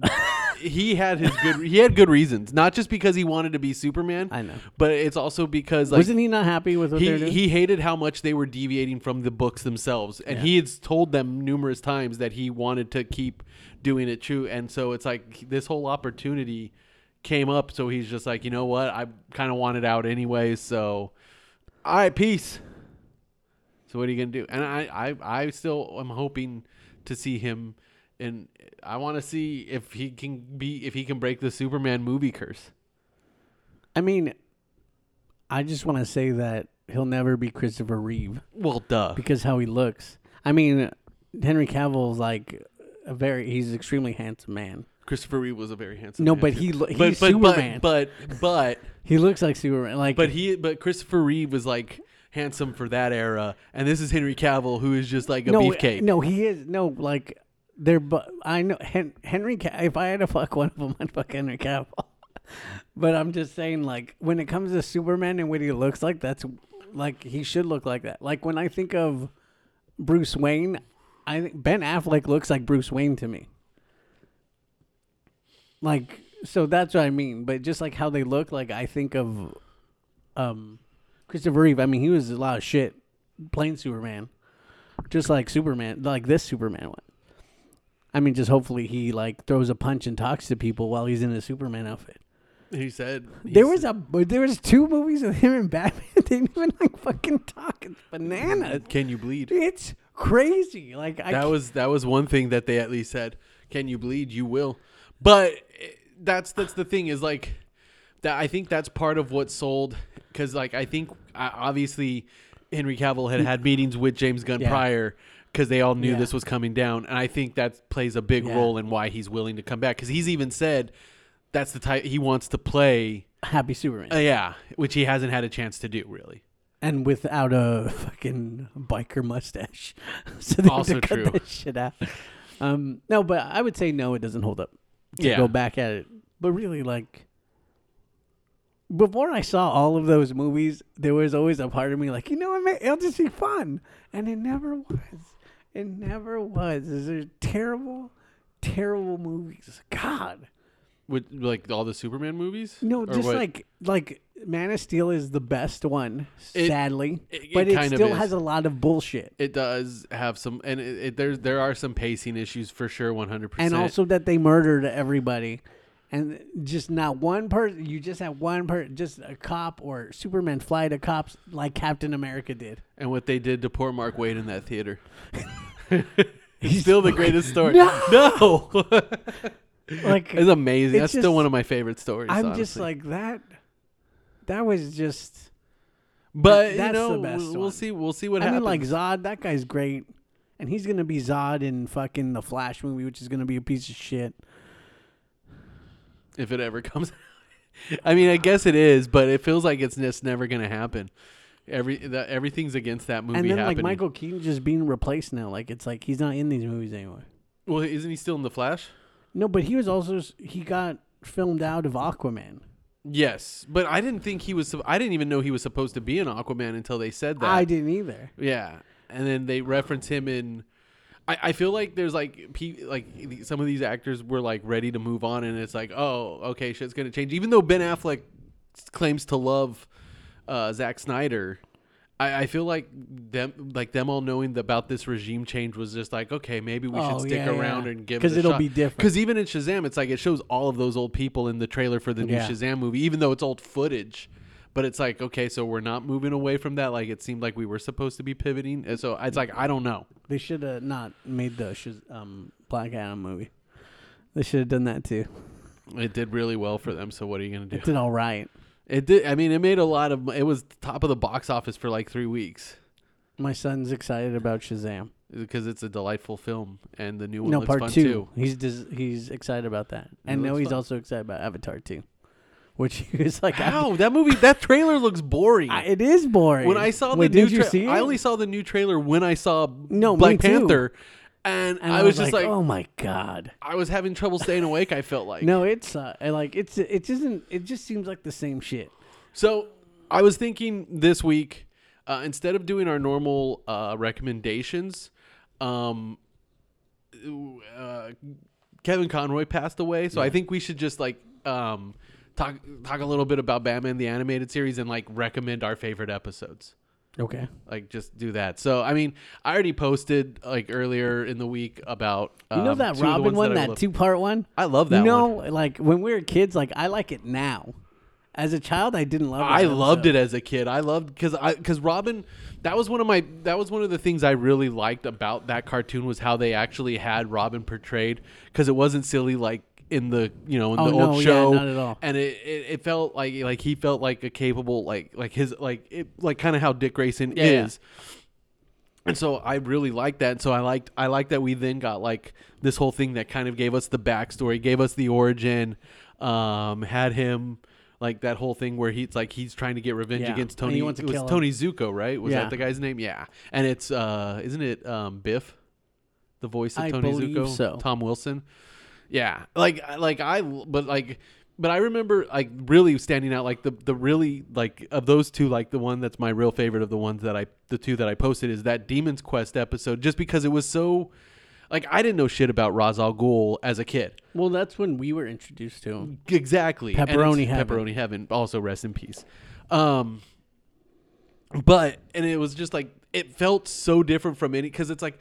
he had his good. He had good reasons, not just because he wanted to be Superman. I know. but it's also because like Wasn't he not happy with what they were he, doing? he hated how much they were deviating from the books themselves and he had told them numerous times that he wanted to keep doing it true and so it's like this whole opportunity came up so he's just like you know what i kind of want it out anyway so all right peace so what are you gonna do and i i, I still am hoping to see him and i want to see if he can be if he can break the superman movie curse I mean, I just want to say that he'll never be Christopher Reeve well duh because how he looks. I mean, Henry Cavill's like a very he's an extremely handsome man. Christopher Reeve was a very handsome. No, man, but too. he lo- he's but, but, Superman. But but but He looks like Superman. Like but he but Christopher Reeve was like handsome for that era, and this is Henry Cavill who is just like a no, beefcake. No, he is no like they're but I know Hen- Henry. Ca- if I had to fuck one of them, I'd fuck Henry Cavill. but I'm just saying, like when it comes to Superman and what he looks like, that's like he should look like that. Like when I think of Bruce Wayne, I think Ben Affleck looks like Bruce Wayne to me. Like so that's what I mean. But just like how they look, like I think of um Christopher Reeve. I mean, he was a lot of shit playing Superman just like Superman, like this Superman one. I mean, just hopefully he like throws a punch and talks to people while he's in a Superman outfit. He said There he's- was a there was two movies with him and Batman. they didn't even like fucking talk. It's bananas. Can you bleed? It's crazy. Like I That can't- was that was one thing that they at least said. Can you bleed? You will. But eh, that's that's the thing is like that. I think that's part of what sold because like I think I- obviously Henry Cavill had had meetings with James Gunn Yeah. prior because they all knew Yeah. this was coming down, and I think that plays a big Yeah. role in why he's willing to come back because he's even said that's the type he wants to play. Happy Superman, Uh, yeah, which he hasn't had a chance to do really. and without a fucking biker mustache. so they Also had to true. cut that shit out. Um, no, but I would say no. It doesn't hold up. to Yeah, go back at it. But really, like, before I saw all of those movies, there was always a part of me like, you know what, man, it'll just be fun. And it never was. It never was. These are terrible, terrible movies. God. with like all the Superman movies. No, Or just what? like, like, Man of Steel is the best one, It- sadly. it- it but it kind of still is. has a lot of bullshit. It does have some, and it, it, there there are some pacing issues for sure, one hundred percent. and also that they murdered everybody and just not one person you just had one person just a cop or superman fly to cops like captain america did and what they did to poor Mark Wade in that theater. He's still the greatest story. No! No! like it's amazing. That's It's still just- one of my favorite stories. i'm just honestly. like that that was just but that's you the know, best we'll, we'll one. see. We'll see what i mean happens. like zod that guy's great and he's gonna be zod in fucking the flash movie which is gonna be a piece of shit if it ever comes. I mean, I guess it is, but it feels like it's just never going to happen. Every that everything's against that movie and then happening. like michael keaton just being replaced now like it's like he's not in these movies anymore well, isn't he still in the Flash? no but he was also s- he got filmed out of aquaman Yes, but I didn't think he was. sup- I didn't even know he was supposed to be an Aquaman until they said that. i didn't either Yeah, and then they reference him in. I, I feel like there's like pe- like the- some of these actors were like ready to move on, and it's like, oh, okay, shit's gonna change. Even though Ben Affleck claims to love uh, Zack Snyder, I, I feel like them like them all knowing about this regime change was just like okay maybe we Oh, should stick yeah, around yeah. and give 'Cause it a it'll shot. be different. 'Cause even in Shazam, it's like it shows all of those old people in the trailer for the new Yeah. Shazam movie, even though it's old footage. But it's like okay, so we're not moving away from that. Like it seemed like we were supposed to be pivoting, and so it's like I don't know. They should have not made the Shaz- um, Black Adam movie. They should have done that too. It did really well for them, so what are you gonna do? It did all right. It did. I mean, it made a lot of. It was top of the box office for like three weeks My son's excited about Shazam. because it's a delightful film, and the new one no, looks part fun two. too. He's dis- he's excited about that, and looks no, he's fun. also excited about Avatar too, which he was like, I- Wow, that movie, that trailer looks boring. I- it is boring. when I saw Wait, the new, did you tra- see it? I only saw the new trailer when I saw No, me Black too. Panther, and, and I, was, just like, oh my god. I was having trouble staying awake. I felt like No, it's uh, I like it's it isn't. It just seems like the same shit. So I was thinking this week, uh, instead of doing our normal uh, recommendations, um, uh, Kevin Conroy passed away, so I think we should just like um, talk talk a little bit about Batman the animated series and like recommend our favorite episodes. Okay. Like just do that. So I mean, I already posted like earlier in the week about You know um, that two of the Robin ones one, I that, love. two part one. I love that You know, one. like when we were kids, like I like it now. As a child, I didn't love. I loved it as a kid. I loved because I because Robin, that was one of my that was one of the things I really liked about that cartoon was how they actually had Robin portrayed because it wasn't silly like in the you know in Oh, the no, old yeah, show not at all. and it, it, it felt like like he felt like a capable like like his like it like kind of how Dick Grayson yeah. is. And so I really liked that. And so I liked I liked that we then got like this whole thing that kind of gave us the backstory, gave us the origin, um, had him like that whole thing where he's like he's trying to get revenge Yeah. against And Tony. he wants to it was kill him. Tony Zuko, right? Was Yeah. that the guy's name? Yeah. And it's uh isn't it um Biff? The voice of I Tony believe Zuko, so. Tom Wilson. Yeah, like like I but like but I remember like really standing out like the the really like of those two like the one that's my real favorite of the ones that I the two that I posted is that Demon's Quest episode just because it was so like I didn't know shit about Ra's al Ghul as a kid. Well, that's when we were introduced to him. Exactly. And it's Pepperoni Heaven. Pepperoni Heaven. Also, rest in peace. Um, but and it was just like it felt so different from any because it's like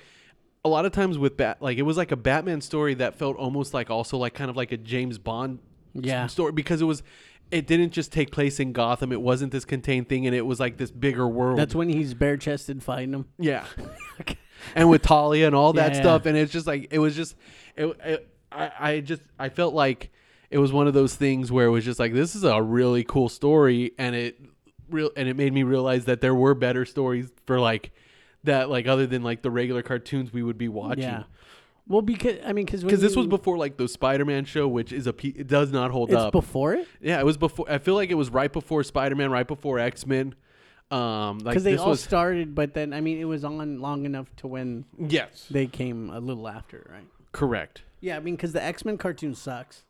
a lot of times with bat like it was like a Batman story that felt almost like also like kind of like a James Bond Yeah. s- story because it was it didn't just take place in Gotham. It wasn't this contained thing, and it was like this bigger world. That's when he's bare chested fighting him. Yeah. and with Talia and all that Yeah, yeah. stuff. And it's just like, it was just, it, it, I, I just, I felt like it was one of those things where it was just like, this is a really cool story. And it real, and it made me realize that there were better stories for like that, like other than like the regular cartoons we would be watching. Yeah. Well, because I mean, because Cause this was before like the Spider-Man show, which is a, pe- it does not hold it's up. before it yeah. It was before, I feel like it was right before Spider-Man, right before X-Men. Um, like because they this all was, started, but then I mean, it was on long enough to when yes, they came a little after, right? correct. Yeah, I mean, because the X Men cartoon sucks.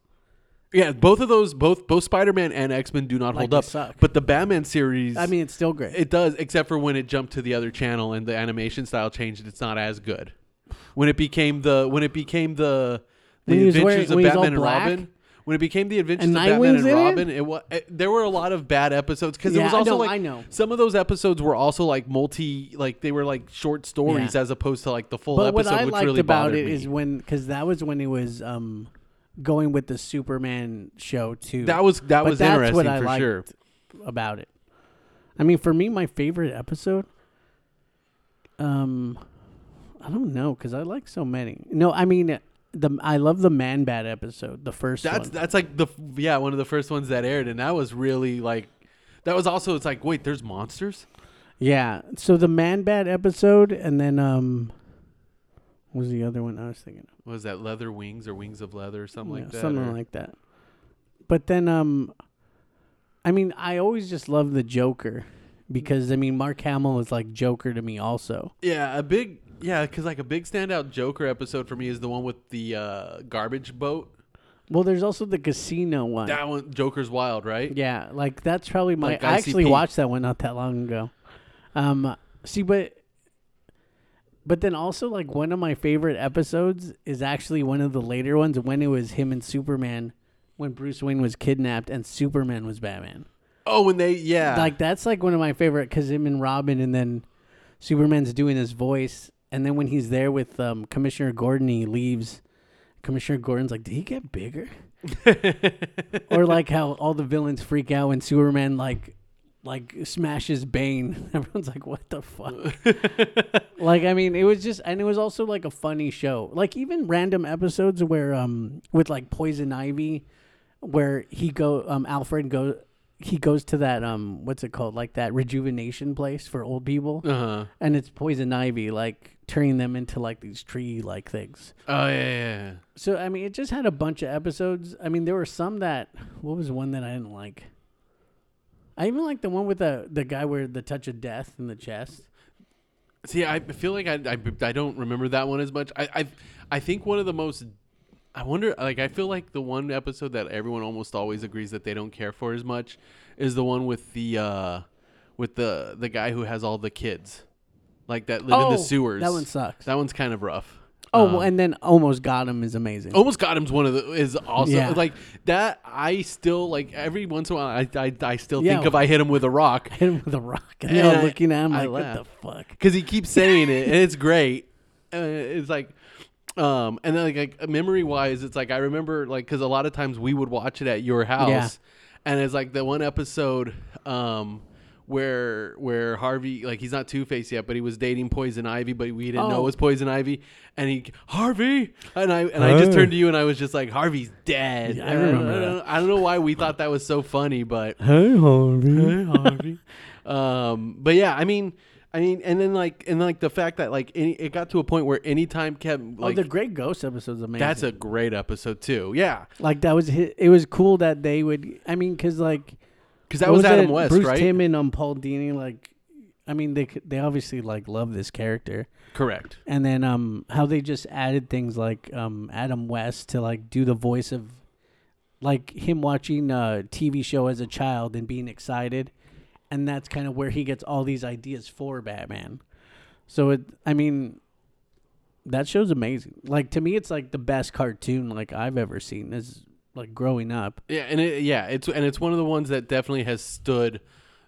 Yeah, both of those, both both Spider Man and X Men do not Like, hold they up. suck. But the Batman series, I mean, it's still great. it does, except for when it jumped to the other channel and the animation style changed. It's not as good. When it became the when it became the the When he was Adventures wearing- when of he's all Batman and black? Robin. When it became the Adventures And of Batman Nightwing's and in it? Robin, it, wa it there were a lot of bad episodes because it Yeah, was I also know, like I know. some of those episodes were also like multi like they were like short stories Yeah. as opposed to like the full but episode, what I which liked really about bothered it is me. when because that was when it was um going with the Superman show too. that was that But was that's interesting what I for liked sure. about it. I mean, for me, my favorite episode. Um, I don't know because I like so many. No, I mean the I love the Man Bat episode, the first That's one. that's like the yeah one of the first ones that aired, and that was really like that was also it's like wait there's monsters. yeah, so the Man Bat episode, and then um, what was the other one I was thinking? Of? What Was that leather wings or wings of leather or something Yeah, like that? something or- like that. But then um, I mean, I always just love the Joker because I mean Mark Hamill is like Joker to me also. yeah, a big yeah because like a big standout Joker episode for me is the one with the uh, garbage boat. Well, there's also the casino one. That one Joker's wild, right? Yeah, like that's probably my. Like I actually ICP. watched that one not that long ago. Um, see, but but then also like one of my favorite episodes is actually one of the later ones when it was him and Superman, when Bruce Wayne was kidnapped and Superman was Batman. Oh, and they yeah. Like that's like one of my favorite because him and Robin, and then Superman's doing his voice, and then when he's there with um, Commissioner Gordon, he leaves. Commissioner Gordon's like, "Did he get bigger?" or like how all the villains freak out when Superman like like smashes Bane. Everyone's like, "What the fuck?" like, I mean, it was just, and it was also like a funny show. Like even random episodes where um with like Poison Ivy, where he go um Alfred go he goes to that um what's it called like that rejuvenation place for old people uh-huh. and it's poison ivy like turning them into like these tree like things Oh yeah, yeah, yeah. so i mean it just had a bunch of episodes i mean there were some that what was one that i didn't like i even liked the one with the the guy where the touch of death in the chest See, I feel like I, I, I don't remember that one as much. I, I I think one of the most I wonder like I feel like the one episode that everyone almost always agrees that they don't care for as much is the one with the uh with the the guy who has all the kids. Like that live in Oh, the sewers. that one sucks. That one's kind of rough. oh Um, Oh, well, and then almost got him is amazing Almost got him's one of the is also Yeah. like that. I still like every once in a while. I I, I still Yeah. think of I hit him with a rock hit him with a rock and And they're all I- looking at him I like what the laugh. fuck because he keeps saying it and it's great. Uh, it's like, um, and then like, like memory wise, it's like I remember like because a lot of times we would watch it at your house, Yeah. and it's like the one episode, um. Where where Harvey like he's not Two Face yet, but he was dating Poison Ivy, but we didn't know Oh. it was Poison Ivy, and he Harvey and I and I just Oh. turned to you and I was just like Harvey's dead. Yeah, I remember And that. I don't know why we thought that was so funny, but hey homie um, but yeah, I mean, I mean, and then like, and like the fact that like any, it got to a point where anytime Kevin oh like the great ghost episode's amazing that's a great episode too. Yeah, Like that was hi it was cool that they would. I mean, because like because that what was, Adam it? West, Bruce right? Tim and um, Paul Dini. Like, I mean, they c- they obviously like love this character, Correct. and then um how they just added things like um Adam West to like do the voice of like him watching a TV show as a child and being excited, and that's kind of where he gets all these ideas for Batman. So it, I mean. That show's amazing. Like to me, it's like the best cartoon like I've ever seen. Is like growing up, Yeah, and it, yeah, it's and it's one of the ones that definitely has stood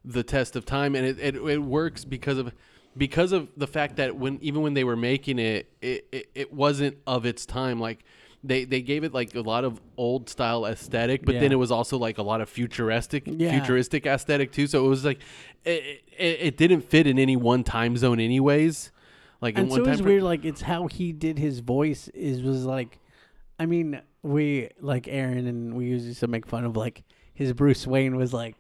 the test of time, and it, it, it works because of because of the fact that when even when they were making it, it, it, it wasn't of its time. Like they, they gave it like a lot of old style aesthetic, but then Yeah. it was also like a lot of futuristic Yeah. futuristic aesthetic too. So it was like it, it, it didn't fit in any one time zone, anyways. Like in and one so time it's fr- weird like it's how he did his voice is was like i mean we like aaron and we used to make fun of like his bruce wayne was like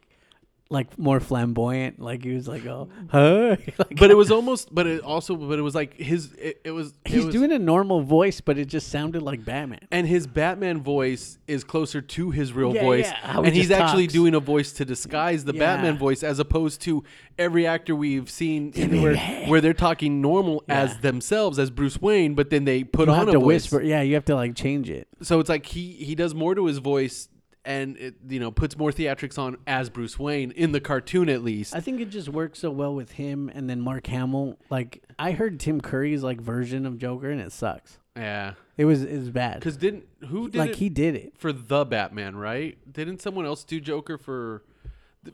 like more flamboyant like he was like oh huh like, But it was almost, but it also, but it was like his. It, it was. it he's was- doing a normal voice but it just sounded like batman and his Batman voice is closer to his real Yeah, voice, yeah, how he and he's just actually talks. doing a voice to disguise the Yeah. Batman voice, as opposed to every actor we've seen in me where, that. where they're talking normal as Yeah. themselves, as Bruce Wayne, but then they put you on have a to voice. whisper yeah you have to like change it So it's like he he does more to his voice, and it, you know puts more theatrics on as Bruce Wayne in the cartoon at least. I think it just works so well with him and then Mark Hamill. Like I heard Tim Curry's like version of Joker and it sucks. yeah, It was is bad. because didn't who did like it he did it. for the Batman right? Didn't someone else do Joker for?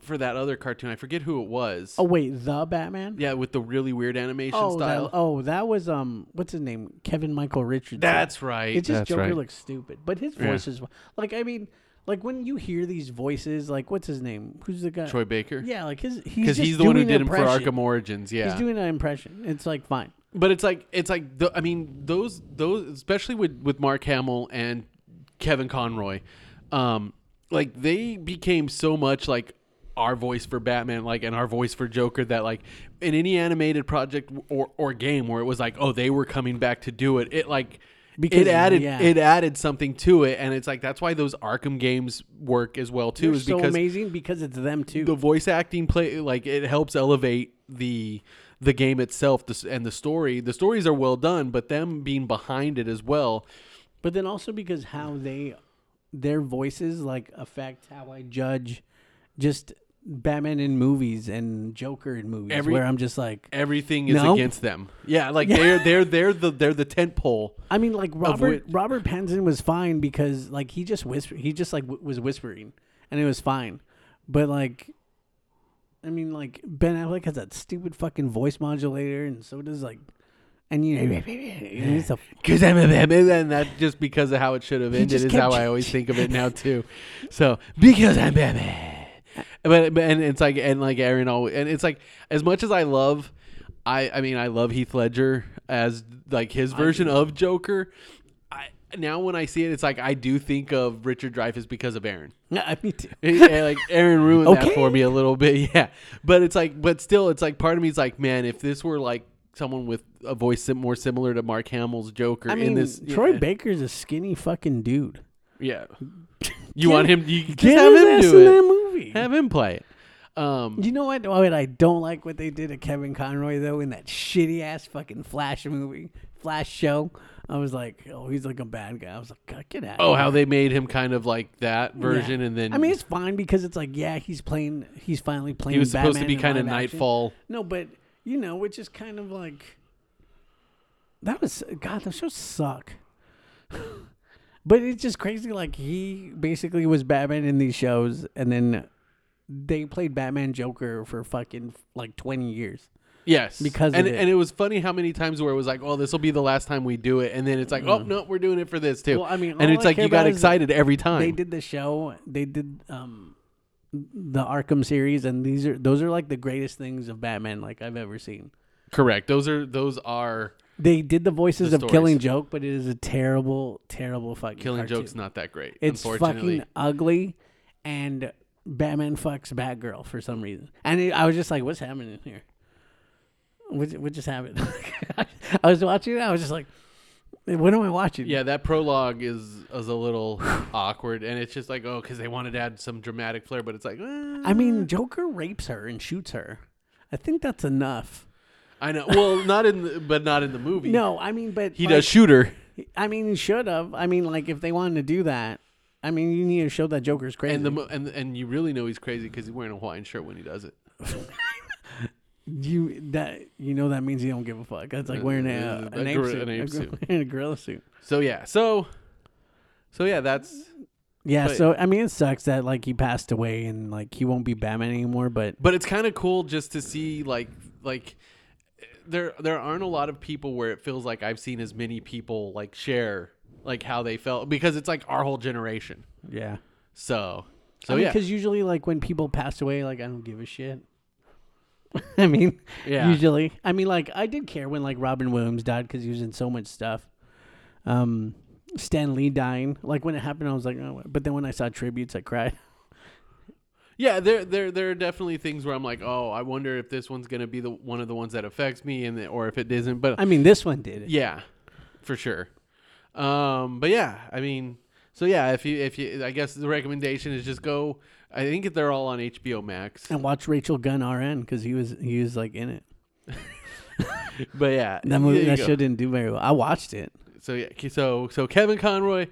For that other cartoon, I forget who it was. Oh wait, the Batman? Yeah, with the really weird animation Oh, style. That, oh, that was um, what's his name? Kevin Michael Richardson. That's right. it's just That's Joker right. looks stupid, but his voice is like I mean, like when you hear these voices, like what's his name? Who's the guy? Troy Baker. Yeah, like his he's because just he's the one who doing did an him for impression. Arkham Origins. Yeah, He's doing an impression. It's like fine. but it's like it's like the, I mean those those especially with with Mark Hamill and Kevin Conroy, um, like they became so much like our voice for Batman, like and our voice for Joker that like in any animated project or or game where it was like oh they were coming back to do it, it like. Because, it added yeah. it added something to it, and it's like that's why those Arkham games work as well too. They're is so because amazing because it's them too. the voice acting play like it helps elevate the the game itself the, s- and the story the stories are well done but them being behind it as well but then also because how they their voices like affect how I judge just Batman in movies and Joker in movies, Every- where I'm just like everything is No. against them yeah like they're they're they're the they're the tent pole I mean, like Robert wit- Robert Pattinson was fine because like he just whispered, he just like w- was whispering, and it was fine. But like I mean, like Ben Affleck has that stupid fucking voice modulator, and so does like, and you know, he's a Cause I'm a Batman, and that just because of how it should have ended just is kept how I always think of it now too. So because I'm Batman, but, but and it's like and like Aaron always and it's like as much as I love, I I mean I love Heath Ledger as like his version of Joker. I now when I see it, it's like I do think of Richard Dreyfuss because of Aaron. yeah, me too. Yeah, like Aaron ruined that Okay. for me a little bit, yeah. But it's like, but still, it's like part of me is like, man, if this were like someone with a voice sim- more similar to Mark Hamill's Joker I in mean, this, Troy yeah, Baker's a skinny fucking dude. yeah. You want him? You just Get have his him ass do in that it. movie. Have him play it. Um, you know what? What I don't like what they did to Kevin Conroy though in that shitty ass fucking Flash movie, Flash show. I was like, oh, he's like a bad guy. I was like, God, get out. oh, how they made him kind of like that version, and then I mean, it's fine because it's like, yeah, he's playing. He's finally playing. he was supposed to Batman be in kind of live action. Nightfall. No, but you know, which is kind of like that was God. Those shows suck. but it's just crazy. Like he basically was Batman in these shows, and then they played Batman Joker for fucking like twenty years. Yes, Because of and it. and it was funny how many times where it was like, oh, this will be the last time we do it, and then it's like, oh no, we're doing it for this too. Mm. Well, I mean, all and it's I like care you got about is that excited every time. They did the show. They did um the Arkham series, and these are those are like the greatest things of Batman like I've ever seen. Correct. Those are those are They did the voices The of Killing stories. Joke, but it is a terrible, terrible fucking Killing cartoon. Joke's not that great. It's unfortunately. fucking ugly, and Batman fucks Batgirl for some reason. And it, I was just like, "What's happening here? What, what just happened?" I was watching it. I was just like, "What am I watching?" yeah, that prologue is is a little awkward, and it's just like oh, because they wanted to add some dramatic flair, but it's like eh. I mean, Joker rapes her and shoots her. I think that's enough. I know. Well, not in the, but not in the movie. No, I mean, but he like, does shoot her, I mean, should have. I mean, like if they wanted to do that, I mean, you need to show that Joker's crazy. and the mo- and and you really know he's crazy because he's wearing a Hawaiian shirt when he does it. You that you know that means you don't give a fuck. That's like wearing a, Uh, an, a ape gor- suit, an ape a, gor- suit. and a gorilla suit. So yeah, so so yeah, that's Yeah, But- so I mean, it sucks that like he passed away and like he won't be Batman anymore. But but it's kind of cool just to see like like there there aren't a lot of people where it feels like I've seen as many people like share like how they felt because it's like our whole generation. yeah, So so so I mean, yeah, because usually like when people pass away, like I don't give a shit. I mean, Yeah. usually, I mean, like I did care when like Robin Williams died because he was in so much stuff. Um, Stan Lee dying, like when it happened, I was like, oh. But then when I saw tributes, I cried. yeah. There there there are definitely things where I'm like, oh, I wonder if this one's gonna be the one of the ones that affects me, and or if it isn't. But I mean, this one did. yeah, for sure. Um, but yeah, I mean, so yeah, if you if you, I guess the recommendation is just go. I think they're all on HBO Max. and watch Rachel Gunn RN because he was he was like in it. But yeah, That movie there you that go. show didn't do very well. I watched it. So yeah, Ke- so so Kevin Conroy,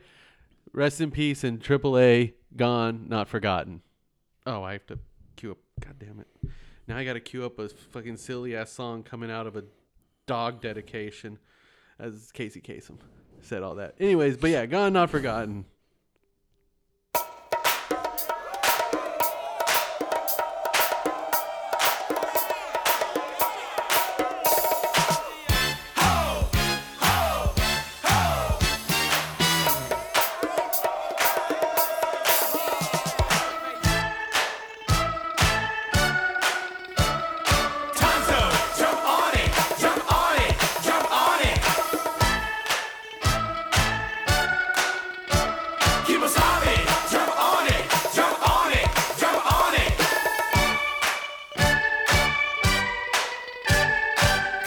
rest in peace, and AAA gone, not forgotten. Oh, I have to queue up. God damn it! Now I got to queue up a fucking silly ass song coming out of a dog dedication, as Casey Kasem said all that. Anyways, but yeah, gone, not forgotten. Tonzo, jump on it, jump on it, jump on it. Kimasabi, jump on it, jump on it, jump on it.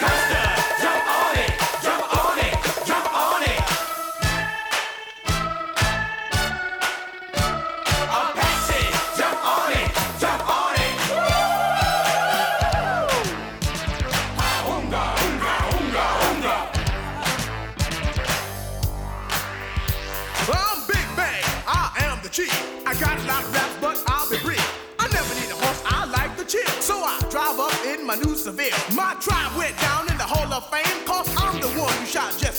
Costa, jump on it, jump on it, jump on it. Apache, jump on it, jump on it. Unga, unga, unga, unga. I'm Big Bang, I am the chief. I got a lot of raps, but I'll be brief. I never need a horse, I like the chill. So I drive up in my new Seville. My tribe went down in the Hall of Fame, cause I'm the one who shot Jesse